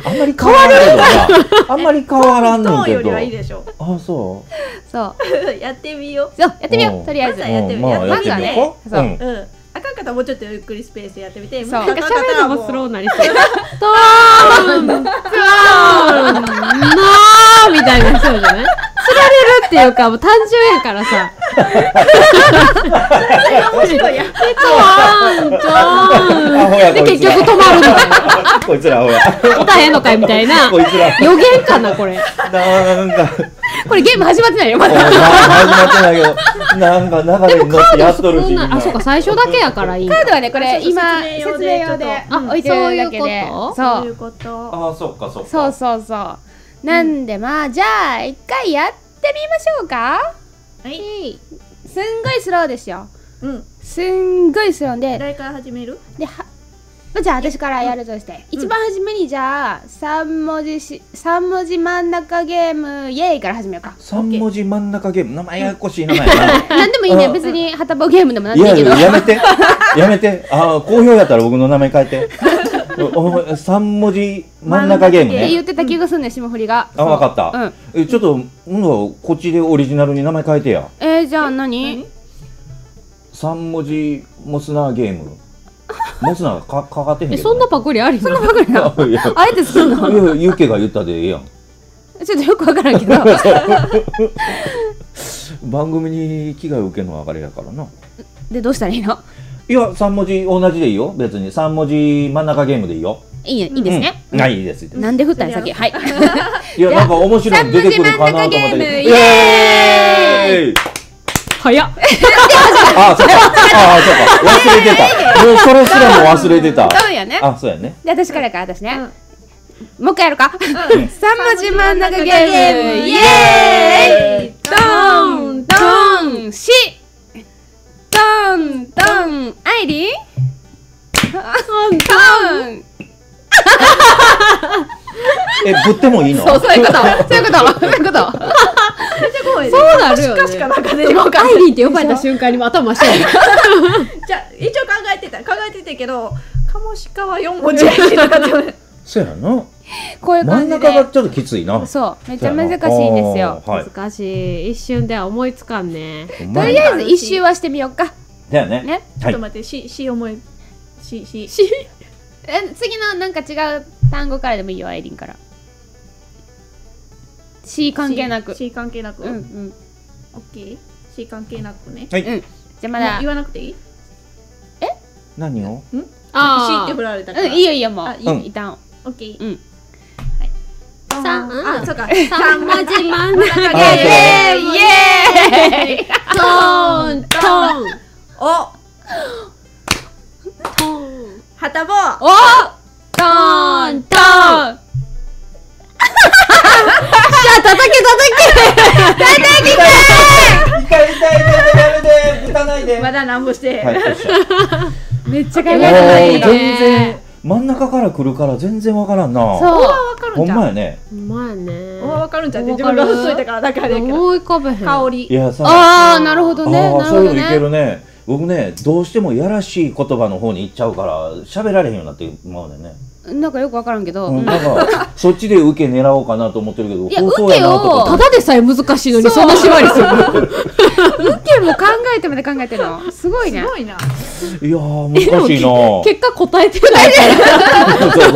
あんまり変わらんけどな。あんまり変わらん
ト
ねん
ーンよ
け
り
ど。
はいいでしょ
あ、そう。
そう
やってみよ
そうやってみよ
おう
うとりあえず
まずはやってみ
うんまあ、や
ま
って
ずは
み
ね
ようか。
そ
う
う
ん
ううんあかんかったらもうちょっとゆっくりスペースでやってみて
そう
も
な
あ
んか
かん
喋
かったら
るの
もう
もスローになりそうトーントーンなーみたいなそうじゃない釣られるっていうかもう単純やからさ
面白いやん。
ゃんちゃん
アホや
で
こい
結
つら
局止まるの
こいつらアホや
おたへんのかいみたいな
こいつら
予言かなこれ
なんか
これゲーム始まってないよま
お前
だ
始まってないけどなんか流れに乗ってやっとるし
そんなあそうか最初だけやからいいんだ
カードはねこれ今
ちょっと説明
説明
用
用
で
で
ちょっと
うん置いてるだけで
そう
あ
そ
いううこと。
ああそっかそっか
そうそうそうなんでまあじゃあ一回やってみましょうか
はい。
すんごいスローですよ
うん。
すんごいスローで
誰から始める？
ではまあじゃあ私からやるとして、一番初めにじゃあ3文字し三文字真ん中ゲームイエーイから始めようか
三文字真ん中ゲーム名前ややこしい名前やな
何でもいいね
あ
別にハタボゲームでもなん
い
でいい
や
け
い
ど
ややめてやめてああ好評やったら僕の名前変えておお前三文字真ん中ゲーム
って言
ね
ってた気がするね、霜降りが。
あわかった、
うん。
えちょっと今度こっちでオリジナルに名前変えてや
えー、じゃあ何
何
三文字モスナーゲームモスナーかかかってへん
え
けど
そんなパクリありそんなパクリ
ないや
あえてすんの
いやユッケが言ったでええやん
ちょっとよくわからんけど。
番組に危害を受けるのはあれやからな
で、どうしたらいいの
いや三文字同じでいいよ別に三文字真ん中ゲームでいいよ
いいね、いいですね。
うんないいですいいです
なんで振ったんや、先。 はい。
いやなんか面白いの出てくるかなと思ったけど
三文字真ん中ゲーム
イエーイ
早っ
あ、そうか。あ、そうか。忘れてた。もうそれすらも忘れてた。
そう やね。
あ、そうやね。
で、私からやから、私ね。もう一回やるか。
ん
三文字真ん中ゲーム、イエーイ
え
ドン、ドン、し。ドン、ドン、アイリードン、
え、振ってもいいの
そう、そういうこと。そういうこと。そういうこと。
ーい。
そ
そう
うなるよ
しかし
ね
かなんかね。
アイリンって呼ばれた瞬間にもう頭真っ 白
じゃあ一応考えてた考えてたけど、カモシカは四文字やしなかったね。
そうやな。
こうい
真
う感
ん
じ
中が
で。
ちょっときついな。
そう、めっちゃ難しいんですよ。
あーはい。
難しい一瞬では思いつかんね
と
とりあえず一周はしてみようか。
だよね。
ね。
ちょ
は
っ
い
と。待って、しし思いしし
え次のなんか違う単語からでもいいよ、アイリンから。し関係なく。
し関係なく。
うん
オ
う
ッ
ん。
ケー。し関係なくね。
じゃあま
もう
だ。
言わなくていい？
何を
しって
あ
振られたか
う
ら。
ん、いいよいいよ、もう。
うん
一旦。
オッケー。
うん。
三
あ、そうか。
三文字真ん中
あそうだ
えイエーイ
トントン
お、
トン
はたぼう。
おトーントーン
一回痛い痛いで、打たないで。
まだなんぼして。
はい、よっしゃ
めっちゃ考
お
え
な
た
い
ー
ね
全然、真ん中から来るから全然わからんな。
そう。
わかる
ほ
ん
ん
じゃん。
まやね。
うまいね
おわかるんじゃん。
わ
自
かる
分がしといたからだからだけど。
思い浮かべへん
香
い
り。
や、さあ
あー、なるほどね。
ー
なる
そうい
ほ
う
ど
のいけ
ね。
るね。僕ね、どうしてもやらしい言葉の方に行っちゃうから、喋られへんようになってまうねんね。
なんかよくわからんけど。
うん、なんか、そっちで受け狙おうかなと思ってるけど、
いや
こうそうやなと
受け
た
を
か
だでさえ難しいのにそんな縛りする
ウッケも考えてまで考えてるの。 すごいね
す。ごいな。
いやー、難しいな
結果答えてないか ら
そうそ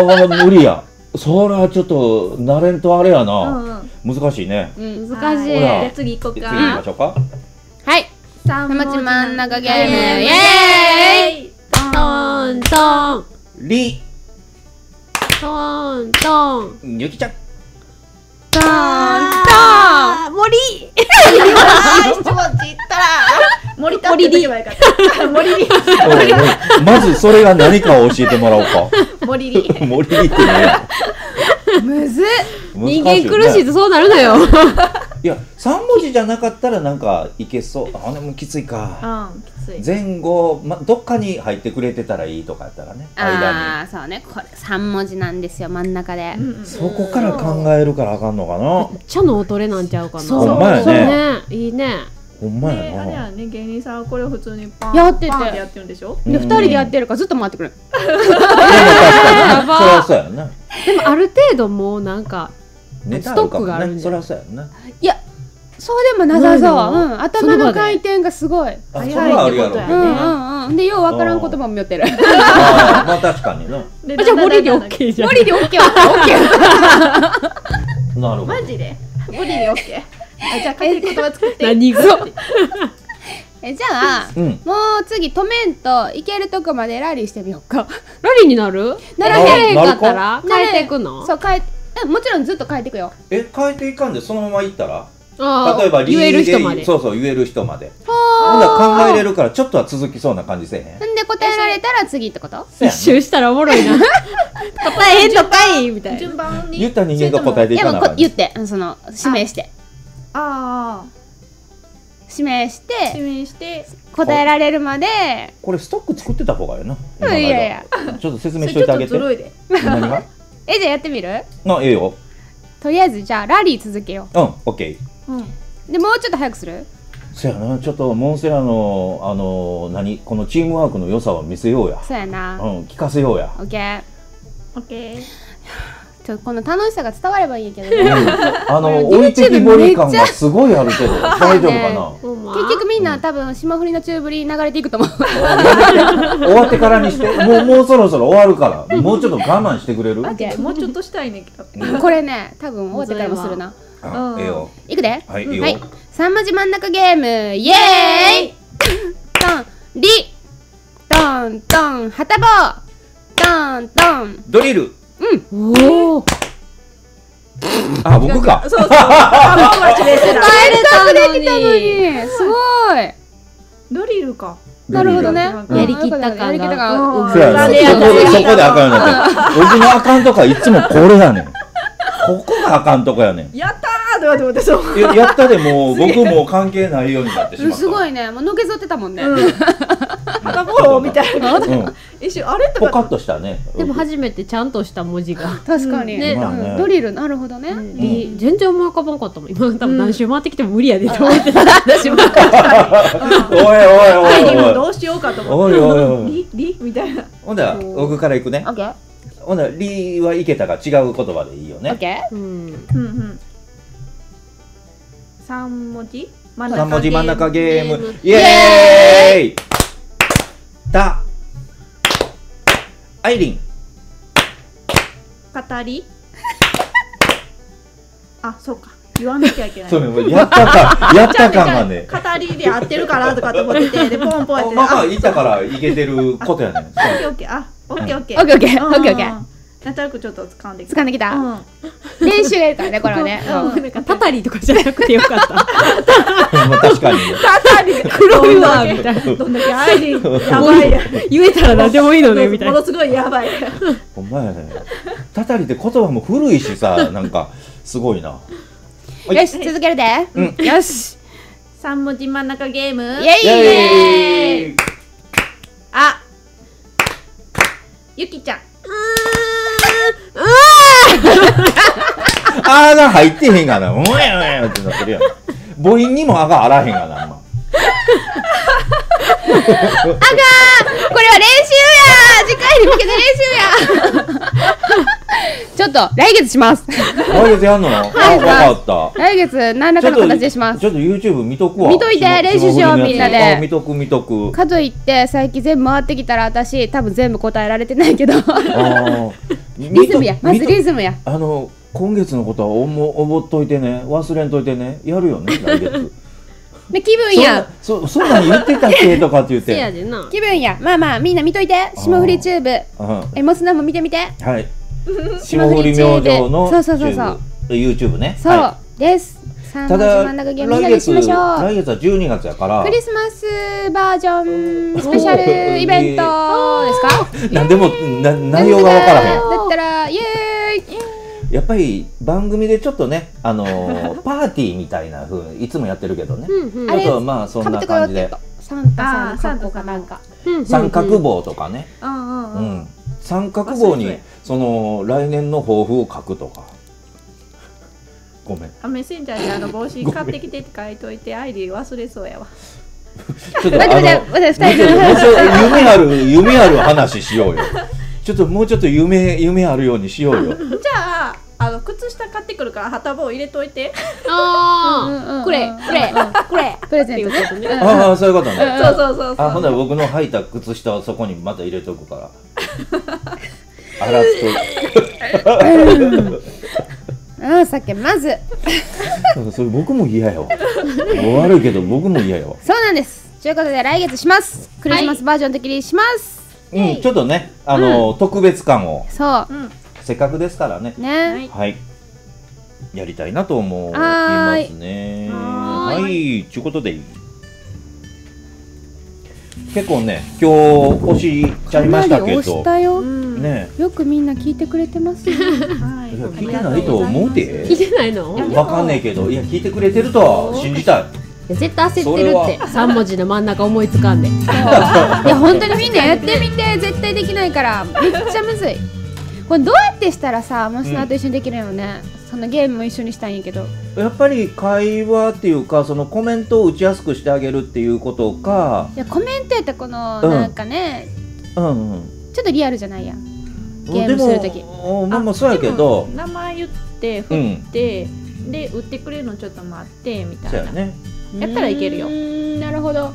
う。おばが無理や。そら、ちょっと、なれんとあれや
うん
な。
うん。
難しいね。
うん。
難し
ほ
い
ら
じゃあ次行こう
次行きま
か
し。ょうか。
はい。
三
たまち真ん中ゲーム、イエーイ
イエーイ。
トントン
り、
トントン
ゆきちゃん。
ドーン
あー森。あー一文字言ったら森田って言えばよかった。森り。
おいおいまず、それが何かを教えてもらおうか。
森り。
森りってね。
むずっ
難
人
い
間
よ
苦しい
ね
とそうなるのよ
いや、三文字じゃなかったら、なんか、いけそう。あ、でもきついか。
うん。きつい。
前後、ま、どっかに入ってくれてたらいいとかやったらね。間に。
ああ、そうね。これ三文字なんですよ、真ん中で
う。んうん。
そこから考えるからあかんのかな。
茶の音れなんちゃうかな
そう
ほんまやね
そうねいいね
ほんま
で
や
あれや
な。
ね芸人さんはこれを普通にパン
やってて
パンってやってるんでしょ。
で、二人でやって
る。
るからずっと回ってくる。
でも確か
や
に
ば
な。そりゃそうやな。
でもある程度もうなんか
ネタ
ス
あ
ト
る
ッ
か
クが
も
あるん
ね。
じ
そ
ゃ
り
な
ゃそうやんな。
そうでもなさそう。
ないうの
ん。頭の回転がすごい。
あ、そ
早い
れはあるや
って
ろ。
こと
う
や
ん
ね
うんうん。で、ようわからん言葉も言ってる。
あーまあ確かにな。
で
あじゃあ森で
だんだんだんだん
OK じゃん
無理でオッケーオッケー。
なるほど。
マジで。森でオッケー。
あじゃあ勝手に言葉作って
何が
えじゃあ
うん。
もう次止めんと行けるとこまでラリーしてみようか
ラリーになる
な
な
ら
ら
へ
へ
ん
ん
か
か
っ
った
ら
たら
なれ
変えていくの
そう変えうんもちろんずっと変えていくよ
え、変えていかんで、そのまま行ったら
あー
例えば、リー
言える人まで
そうそう、言える人まで。ほんなら考えれるから、ちょっとは続きそうな感じせえへん。
んで答えられたら次ってこと
せや
一
な
周したらおもろい な 答えへんのかいみたいな
順番に
言った人間が答えて
い
い
や
か
も
な
う
あか
こ
んね
言ってうんその指名して
あ
指名し
あ指
て
名して
答えられるまで
これストック作ってた方がいいな。
う
今
ん
の間
いやいや
ちょっと説
そ
明
れ
し
ち
と
ょ
い
って
あげて。
とずるいで
何が
えじゃあやってみる
な、ええよ。
とりあえずじゃあラリー続けよ
うん、オッケー。
うん
うでもうちょっと早くする
せやな、ちょっとモンセラの、あの、何、このチームワークの良さを見せようや。
そうや
う、
なん
聞かせようや。
オッケー
オッケー
ちょっとこの楽しさが伝わればいいんやけど
うん
ね
あの、
これ
置いてきぼり感がすごいあるけど、大丈夫かな
ほんま
結局みんな多分霜降りの宙ぶり流れていくと思う
終わってからにして、もう、もうそろそろ終わるから、もうちょっと我慢してくれる
あじゃあもうちょっとしたいねんけど
これね多分終わってからもするな
あええよ。
いくで
はい、いいよ
は。い三文字真ん中ゲームイエーイトンリトントンはたぼトントン
ドリル
おお
あ、僕か
そうそうあ僕は指名してた
えれたのにすごい
ドリルか
なるほどね
うん
やりきった感が
やりきった感
うん
そうやな。
ラ
そこ
レ
で、
ア
そ
だね
こであかんようになってる。僕のあかんとこはいつもこれやねん。ここがあかんとこやねん。
やったーとかって思ってそう
ややったでもう、僕もう関係ないようになってしまった。
すごいねもうのけぞってたもんね、
肌ボロみたいな
うん。
一瞬あれと
ポカ
か
ッとしたね。
でも初めてちゃんとした文字が、
確かに、
ね
まあね
うんドリルなるほどね、
り全然思い浮かばんかったもん今多分何周回ってきても無理やでと思ってた、私も
おいおいお
はい
い
今
おい。
どうしようかと思
お
っ
いおい
て
おい。
リリみたいな
ほんなら、僕から行くね
オ。ッケー
ほんなら、リーはいけたが違う言葉でいいよ
オッ
ね。
ケー
うん
うんうん三文字真ん中
三文字真ん中ゲー
ゲー
ム
ム。
イエーイた。アイリン。
語りあそうか言わなきゃいけない
そうね、もうやった か、やった感がね。
語りで合ってるかなとかと思っててでポンポンやって
まあまあ、
あ
いたからいけてること やねん。
オッケーオッケーあオッケーオッケ
オッケーオッケー
ー
オッケーオッケー
ーなんとなくちょっと掴んでき
掴んできた、
うん
練習がいるからねこれはね、うん
うん
タタリとかじゃなくてよかった
まあ確かにね。
黒いわみたいな
どんだけアイ リーやばいや
言えたら何でもいいのねみたい
も
な
のすごいやば い
ほんまやね。たたりって言葉も古いし さ、なんか、すごいな。はい
よし続けるで、
う
よし
三文字真ん中ゲーム
イエイ
イエーイ
あゆきちゃん
あーが入ってへんがな。うんやうんやってなってるやん。母音にもあがあらへんがな、今。
これは練習や次回に向けて 練習やちょっと来月します
来月やんのあ、わ
い
かった。
来月何ら
ち
か
ょっ
の
と、
形でします
ちょっと YouTube 見とくわ。
見といて
下
練習しよ
下
う
振りのやつ
みんなで
あ見とく、見とく。
かといって最近全部回ってきたら私多分全部答えられてないけど
あー
リズムや
見と
まず
見と
リズムや
あの今月のことはおも覚っといてね忘れんといてねやるよ ね来月
で気分や
そんなそそんなん言ってたっけとかって言っ
せや
て、
でな
気分やまあまあみんな見といて霜降りチューブ
うん、は
えモスナも見てみて
い霜降り明星の
そうそうそうそう
チューブ YouTube ね
そう、
は
です3
いた
文字
だ
真ん中
来
ゲームみんなでし
月
ましょう
来月は12月やから
クリスマスバージョンスペシャルイベントですか
何でもな内容がわからへん
だったらイエーイ
やっぱり番組でちょっとねあのー パーティーみたいな風にいつもやってるけどね、
うんうん
あれ
ちょっとまあそ
か
ん
ぶ
な
ってこようっ
感
て
じ
言う
で
とサンタさん
あー
の
サンタさ
格好か
ん
なんか
うんうんうん
三角棒とかね、
うんう
うん
うん
ん、三角棒にその来年の抱負を書くとかごめん
あメッセンジャーであの帽子買ってきてって書いといてアイリー忘れそうやわ
ちょっとあ
待って待っ
の
て待って
もう
二
ちょ
人
っと
で
もうちょっと夢ある夢ある話しようよちょっともうちょっと夢夢あるようにしようよ
じゃああの靴下買ってくるから旗棒入れといて
う
あ
んうんうん
あこれこれこれ
プレゼントね
ああそういうことね
そうそうそう
あほんな
そ
ら
う
僕の履いた靴下をそこにまた入れとくから洗っと
うんさっきまず
なんかそれ僕も嫌やわ。悪いけど僕も嫌やわ。
そうなんですということで来月しますクリスマスバージョン的にします、
うん、ちょっとね、あの、特別感を
そ
うん。
せっかくですからね。
うね、
はい。
はい。やりたいなと思いますね。
は
は
ーい
い、ちゅうことで。結構ね、今日押しちゃいましたけ
押し
ど。
たよ、
うん。
ね、
よくみんな 聞いてくれてますよ
はい。
いや聞いてないと思うで
聞いてないのい
わかんねえけど、いや、聞いてくれてるとは信じたい。
や絶対焦ってる
そ
って3文字の真ん中思いつかんで
いや本当にみんなやってみて絶対できないからめっちゃむずいこれどうやってしたらさマスナーと一緒にできるのよね、そのゲームも一緒にしたいんやけど
やっぱり会話っていうか、そのコメントを打ちやすくしてあげるっていうことか。
いやコメントやったらこの
うん
なんかね、
うん、うん。
ちょっとリアルじゃないやんゲームする時
でもうんまあまあそうやけど
でも名前言って
う
振
ん
って、で売ってくれるのちょっと待ってみた
そう
い
や
な。
ね、
やったらいけるよ
うーんなるほど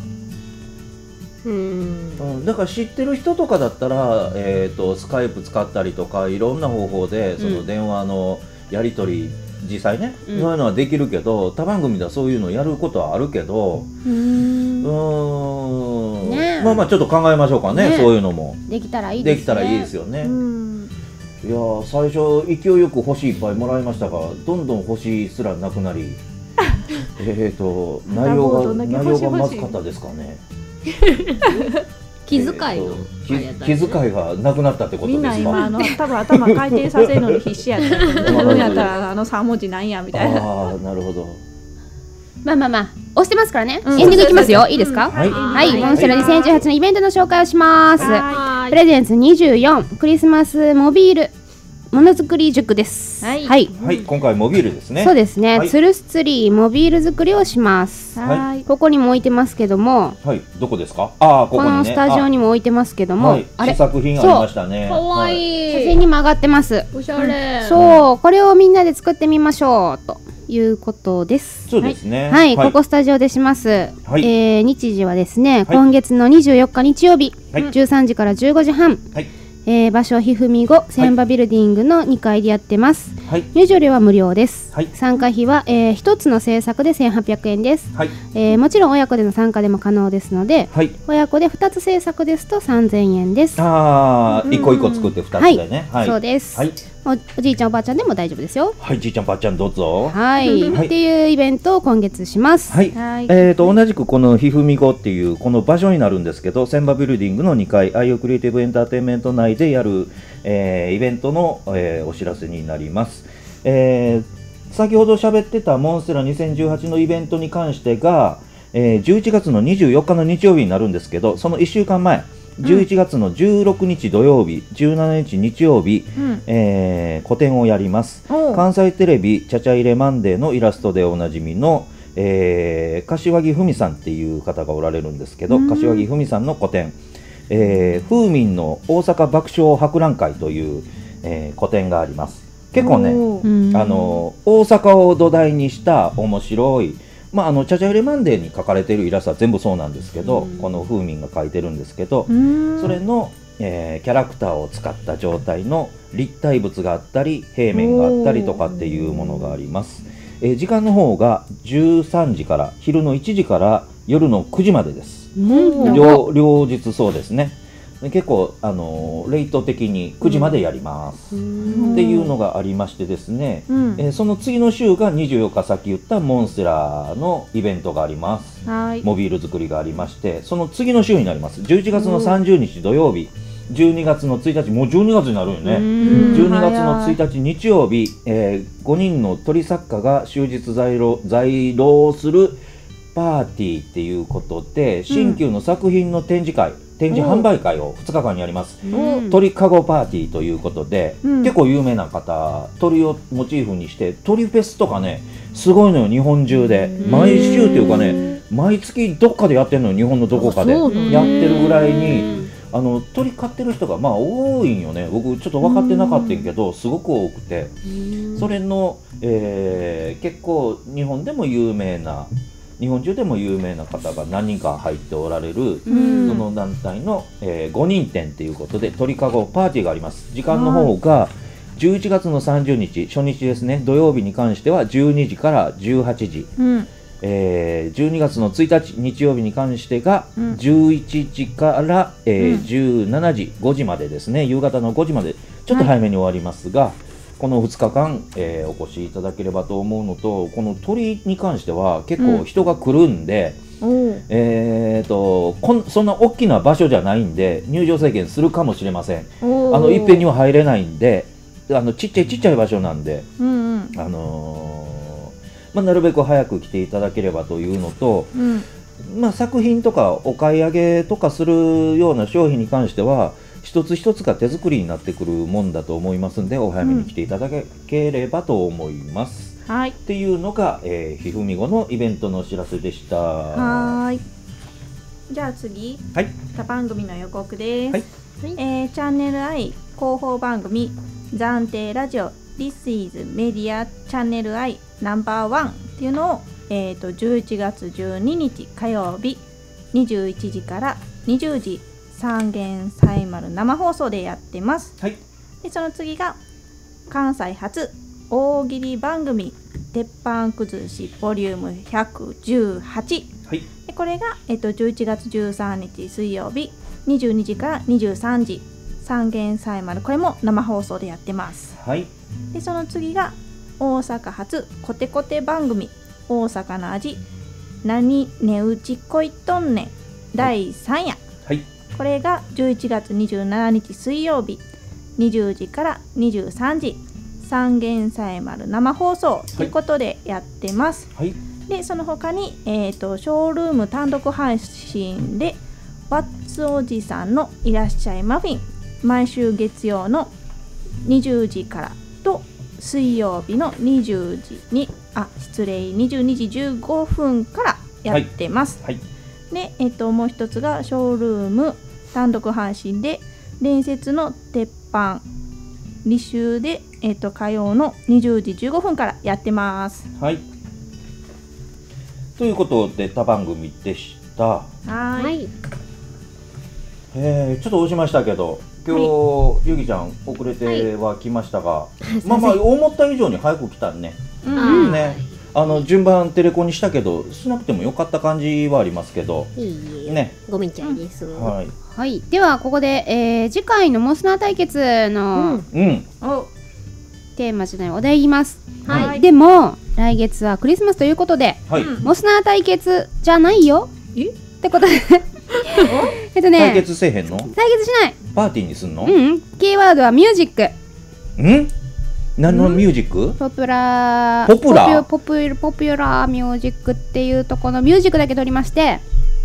うん
うん、だから知ってる人とかだったら、えー、とスカイプ使ったりとかいろんな方法でその電話のやり取り、実際ね、
うん
そういうのはできるけど他番組ではそういうのやることはあるけどうーん
ねえ
まあまあちょっと考えましょうかね
ねえ
そういうのも
できたらいいです、ね、
できたらいいです
よ
よね。いやー最初勢いよく星いっぱいもらいましたがどんどん星すらなくなりえっと内容
ど
が
んだけ
内
星
容がま
欲し
ず
い
かったですかねえ
気遣いの、
ーと
あれやったん
気
やね
気遣いがなくなったってこと
みん
で
な
す
今あ
か
の多分頭回転させるのに必死やった。 自分やったらあの三文字なんやみたいな。
ああなるほど
まあまあまあ押してますからね、
うん
エンディングいきますよいいですか、
はい
はい、
はい
モンステラ2018のイベントの紹介をします。
は
プレゼンツ24クリスマスモビールものづくり塾です。
はい
はい今回モビールですね
そうですね。
はい
ツルスツリーモビール作りをします。
はい
はい。
ここにも置いてますけども、
はいどこですかああこ
こ
こにね
のスタジオにも置いてますけど
あ
も、
はい
あれ
試作品ありましたね
かわ
はい
い
写
い、
真にも上がってます。
おしゃれ、
そう、これをみんなで作ってみましょうということです。
そうですね
はい、ここスタジオでします。
はい
えー日時はですね、今月の24日日曜日、
はい
13時から15時半、
はい
えー場所はひふみご千葉ビルディングの2階でやってます。
はい
入場料は無料です。
はい
参加費は、え1つの制作で1800円です、
はい
えーもちろん親子での参加でも可能ですので、
はい
親子で2つ制作ですと3000円です。
ああ一個一個作って二つでねはい
そうです、
はい
お。おじいちゃんおばあちゃんでも大丈夫ですよ。
はいじいちゃんばあちゃんどうぞ
はい、
はい
っていうイベントを今月します。
はい
はい。
えー、と同じくこのひふみごっていうこの場所になるんですけど千葉ビルディングの2階アイオクリエイティブエンターテインメント内でやる、えーイベントの、えーお知らせになります、えー先ほど喋ってたモンステラ2018のイベントに関してが、えー11月の24日の日曜日になるんですけどその1週間前11月の16日土曜日、17日日曜日、
うん。
えー個展をやります
おう。
関西テレビ「ちゃちゃ入れマンデー」のイラストでおなじみの、えー柏木ふみさんっていう方がおられるんですけど柏木ふみさんの個展「えー、風民の大阪爆笑博覧会」という、えー個展があります結構ね
おう
あの大阪を土台にした面白いまああの「ちゃちゃ入れマンデー」に描かれているイラストは全部そうなんですけどこの風民が描いてるんですけど
うん。
それの、えーキャラクターを使った状態の立体物があったり平面があったりとかっていうものがあります、えー時間の方が13時から昼の1時から夜の9時までです両両日そうですねで結構、あのーレイト的に9時までやります、っていうのがありましてですね、
うん。
えーその次の週が24日さっき言ったモンステラのイベントがあります
はい。
モビール作りがありましてその次の週になります11月の30日土曜日12月の1日もう12月になるよね
ん
12月の1日日曜日、えー5人の鳥作家が終日在労在労するパーティーっていうことで新旧の作品の展示会、展示販売会を2日間にやります、
うん
鳥かごパーティーということで、
うん
結構有名な方鳥をモチーフにして鳥フェスとかねすごいのよ日本中で毎週というかね毎月どっかでやってるのよ日本のどこかで
あそうなん
だ
やってるぐらいにあの鳥飼ってる人がまあ多いんよね僕ちょっと分かってなかったんやけどすごく多くてそれの、えー結構日本でも有名な日本中でも有名な方が何人か入っておられる
うん
その団体の、えー5人展ということで鳥かごパーティーがあります時間の方が18 11月の30日初日ですね土曜日に関しては12時から18時、
うん
えー12月の1日日曜日に関してが
うん
11時から、えー17時5時までですね夕方の5時までちょっと早めに終わりますが、この2日間、えーお越しいただければと思うのとこの鳥に関しては結構人が来るんで、
おう
えー、とこんそんな大きな場所じゃないんで入場制限するかもしれません
おう
あのいっぺんには入れないんであのちっちゃいちっちゃい場所なんで、
うんうん
あのーまあ、なるべく早く来ていただければというのと、
うん
まあ、作品とかお買い上げとかするような商品に関しては一つ一つが手作りになってくるもんだと思いますんでお早めに来ていただければと思います。
はい
っていうのが、えー、ひふみごのイベントのお知らせでした。
はーい
じゃあ次、
はい
他番組の予告です、
はい
えーチャンネル I 広報番組「暫定ラジオ This is Media チャンネル I ナンバーワンっていうのを、えー、と11月12日火曜日21時から20時三元祭丸生放送でやってます、
はい
でその次が関西初大喜利番組「鉄板崩しボリューム118」
はい
でこれが、えっと、11月13日水曜日22時から23時三元祭丸これも生放送でやってます
はい
でその次が大阪発コテコテ番組「大阪の味何値打ちこいとんねん」第3夜
はい
これが11月27日水曜日20時から23時三元祭丸生放送ということでやってます、
はい
でその他に、えー、とショールーム単独配信で「ワッツおじさんのいらっしゃいマフィン」毎週月曜の20時からと水曜日の20時にあ失礼22時15分からやってます、
はい
で、えっともう一つがショールーム単独配信で伝説の鉄板2週で、えっと火曜の20時15分からやってます
はいということで他番組でした。
はーい
はい。
えーちょっと押しましたけど今日、ゆきちゃん遅れては来ましたが、 まあまあ思った以上に早く来たね,、
うん
ねあの順番テレコにしたけどしなくてもよかった感じはありますけど
いいえ。
ね
ごめんちゃいです。
はい
はい、ではここで、えー次回のモンスナー対決の
うん
お
テーマじゃないお題言います、
はい
でも来月はクリスマスということで
はい、
うん
モスナー対決じゃないよ
え
ってこ とでえっとね
対決せえへんの
対決しない
パーティーにすんの、
うんうんキーワードはミュージック
ん何のミュージック、
ポプラ
ポプラ
ポピュポピュポピュラーミュージックっていうとこのミュージックだけ取りまして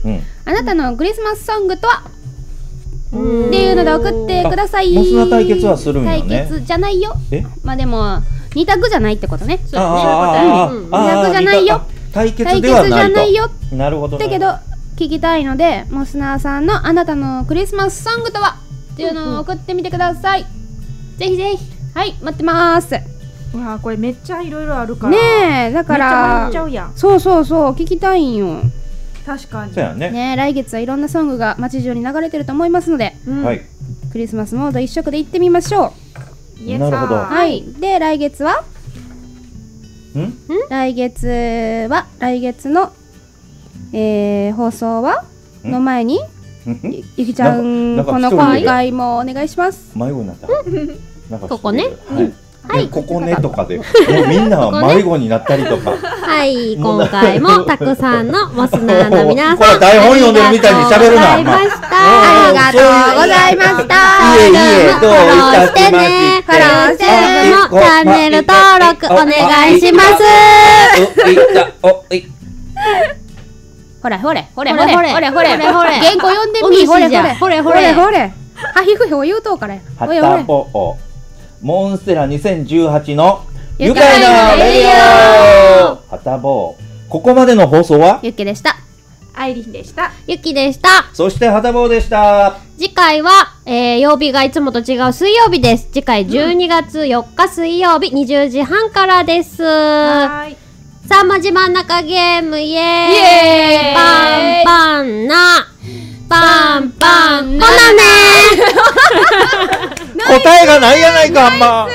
うん
あなたのクリスマスソングとはっていうので送ってください
あモスナー対決はするんよね
対決じゃないよ
え
まあでも二択じゃないってことね
ああああ
うん
ああ
二択じゃないよ
あ対決
対
で
決
は
じ
な
ゃ
い
ない
と
よ
なるほど、ね、
だけど聞きたいのでモスナーさんのあなたのクリスマスソングとはっていうのを送ってみてください、ぜひぜひはい待ってますね
うわーこれめっちゃいろいろあるからえ
え
めっ
だ
ちゃ
か
迷
ら
っちゃうやん
そうそうそう聞きたいんよ
確かに
そうやね
ねえ来月はいろんなソングが街中に流れてると思いますので
うん
はい
クリスマスモード一色で行ってみましょ
イエス
なるほど
う
は
はいいで来月は
ん
来月は来月の、えー、放送は
ん
の前にゆゆきちゃん
なんか
こ
なん
の
か
今
一人で
回もお願いします
迷子になった。なんか
ここね
一人ではい。でここねとかで、もうみんな迷子になったりとか。
はい、今回もたくさんのモスナーの皆
こ
さ
れ
ん。
台本読んでるみたいに喋るな
ありがとうございました。
お前
ありがとうございました。
いえいえ
フォローしてね。
ど
フ
うい
ォ
た
ロー
し
し
まして
てのチャンネル登録お願いします。
おいたおい
ほらほれほれ
ほ
ほれ
れほ
ほ
れ
れ
ほ
ほ
れ
れ
ほ
ほれ
れほれ
原稿読んで
おみし
みほれ
じ
ほ
ゃ
れ
ほれほ
ほ
れ
れほれはひふへを言うとうから
ハ
ほれ
ッ
ほ
タ
れ
ポオモンステラ2018の愉
愉
快
快
な
な
レ
レ
デ
デ
ィ
ィ
オ。ハタボー。ここまでの放送は、
ゆっけでした
アイリンでした
ゆきでした。
そしてハタボーでした。
次回は、えー、曜日がいつもと違う水曜日です。次回12月4日水曜日20時半からです。
はーい
さあ、まじ真ん中ゲーム、イエーイ
エーイ
パンパンなパンパンなほなね
答えがないやないか、あんま。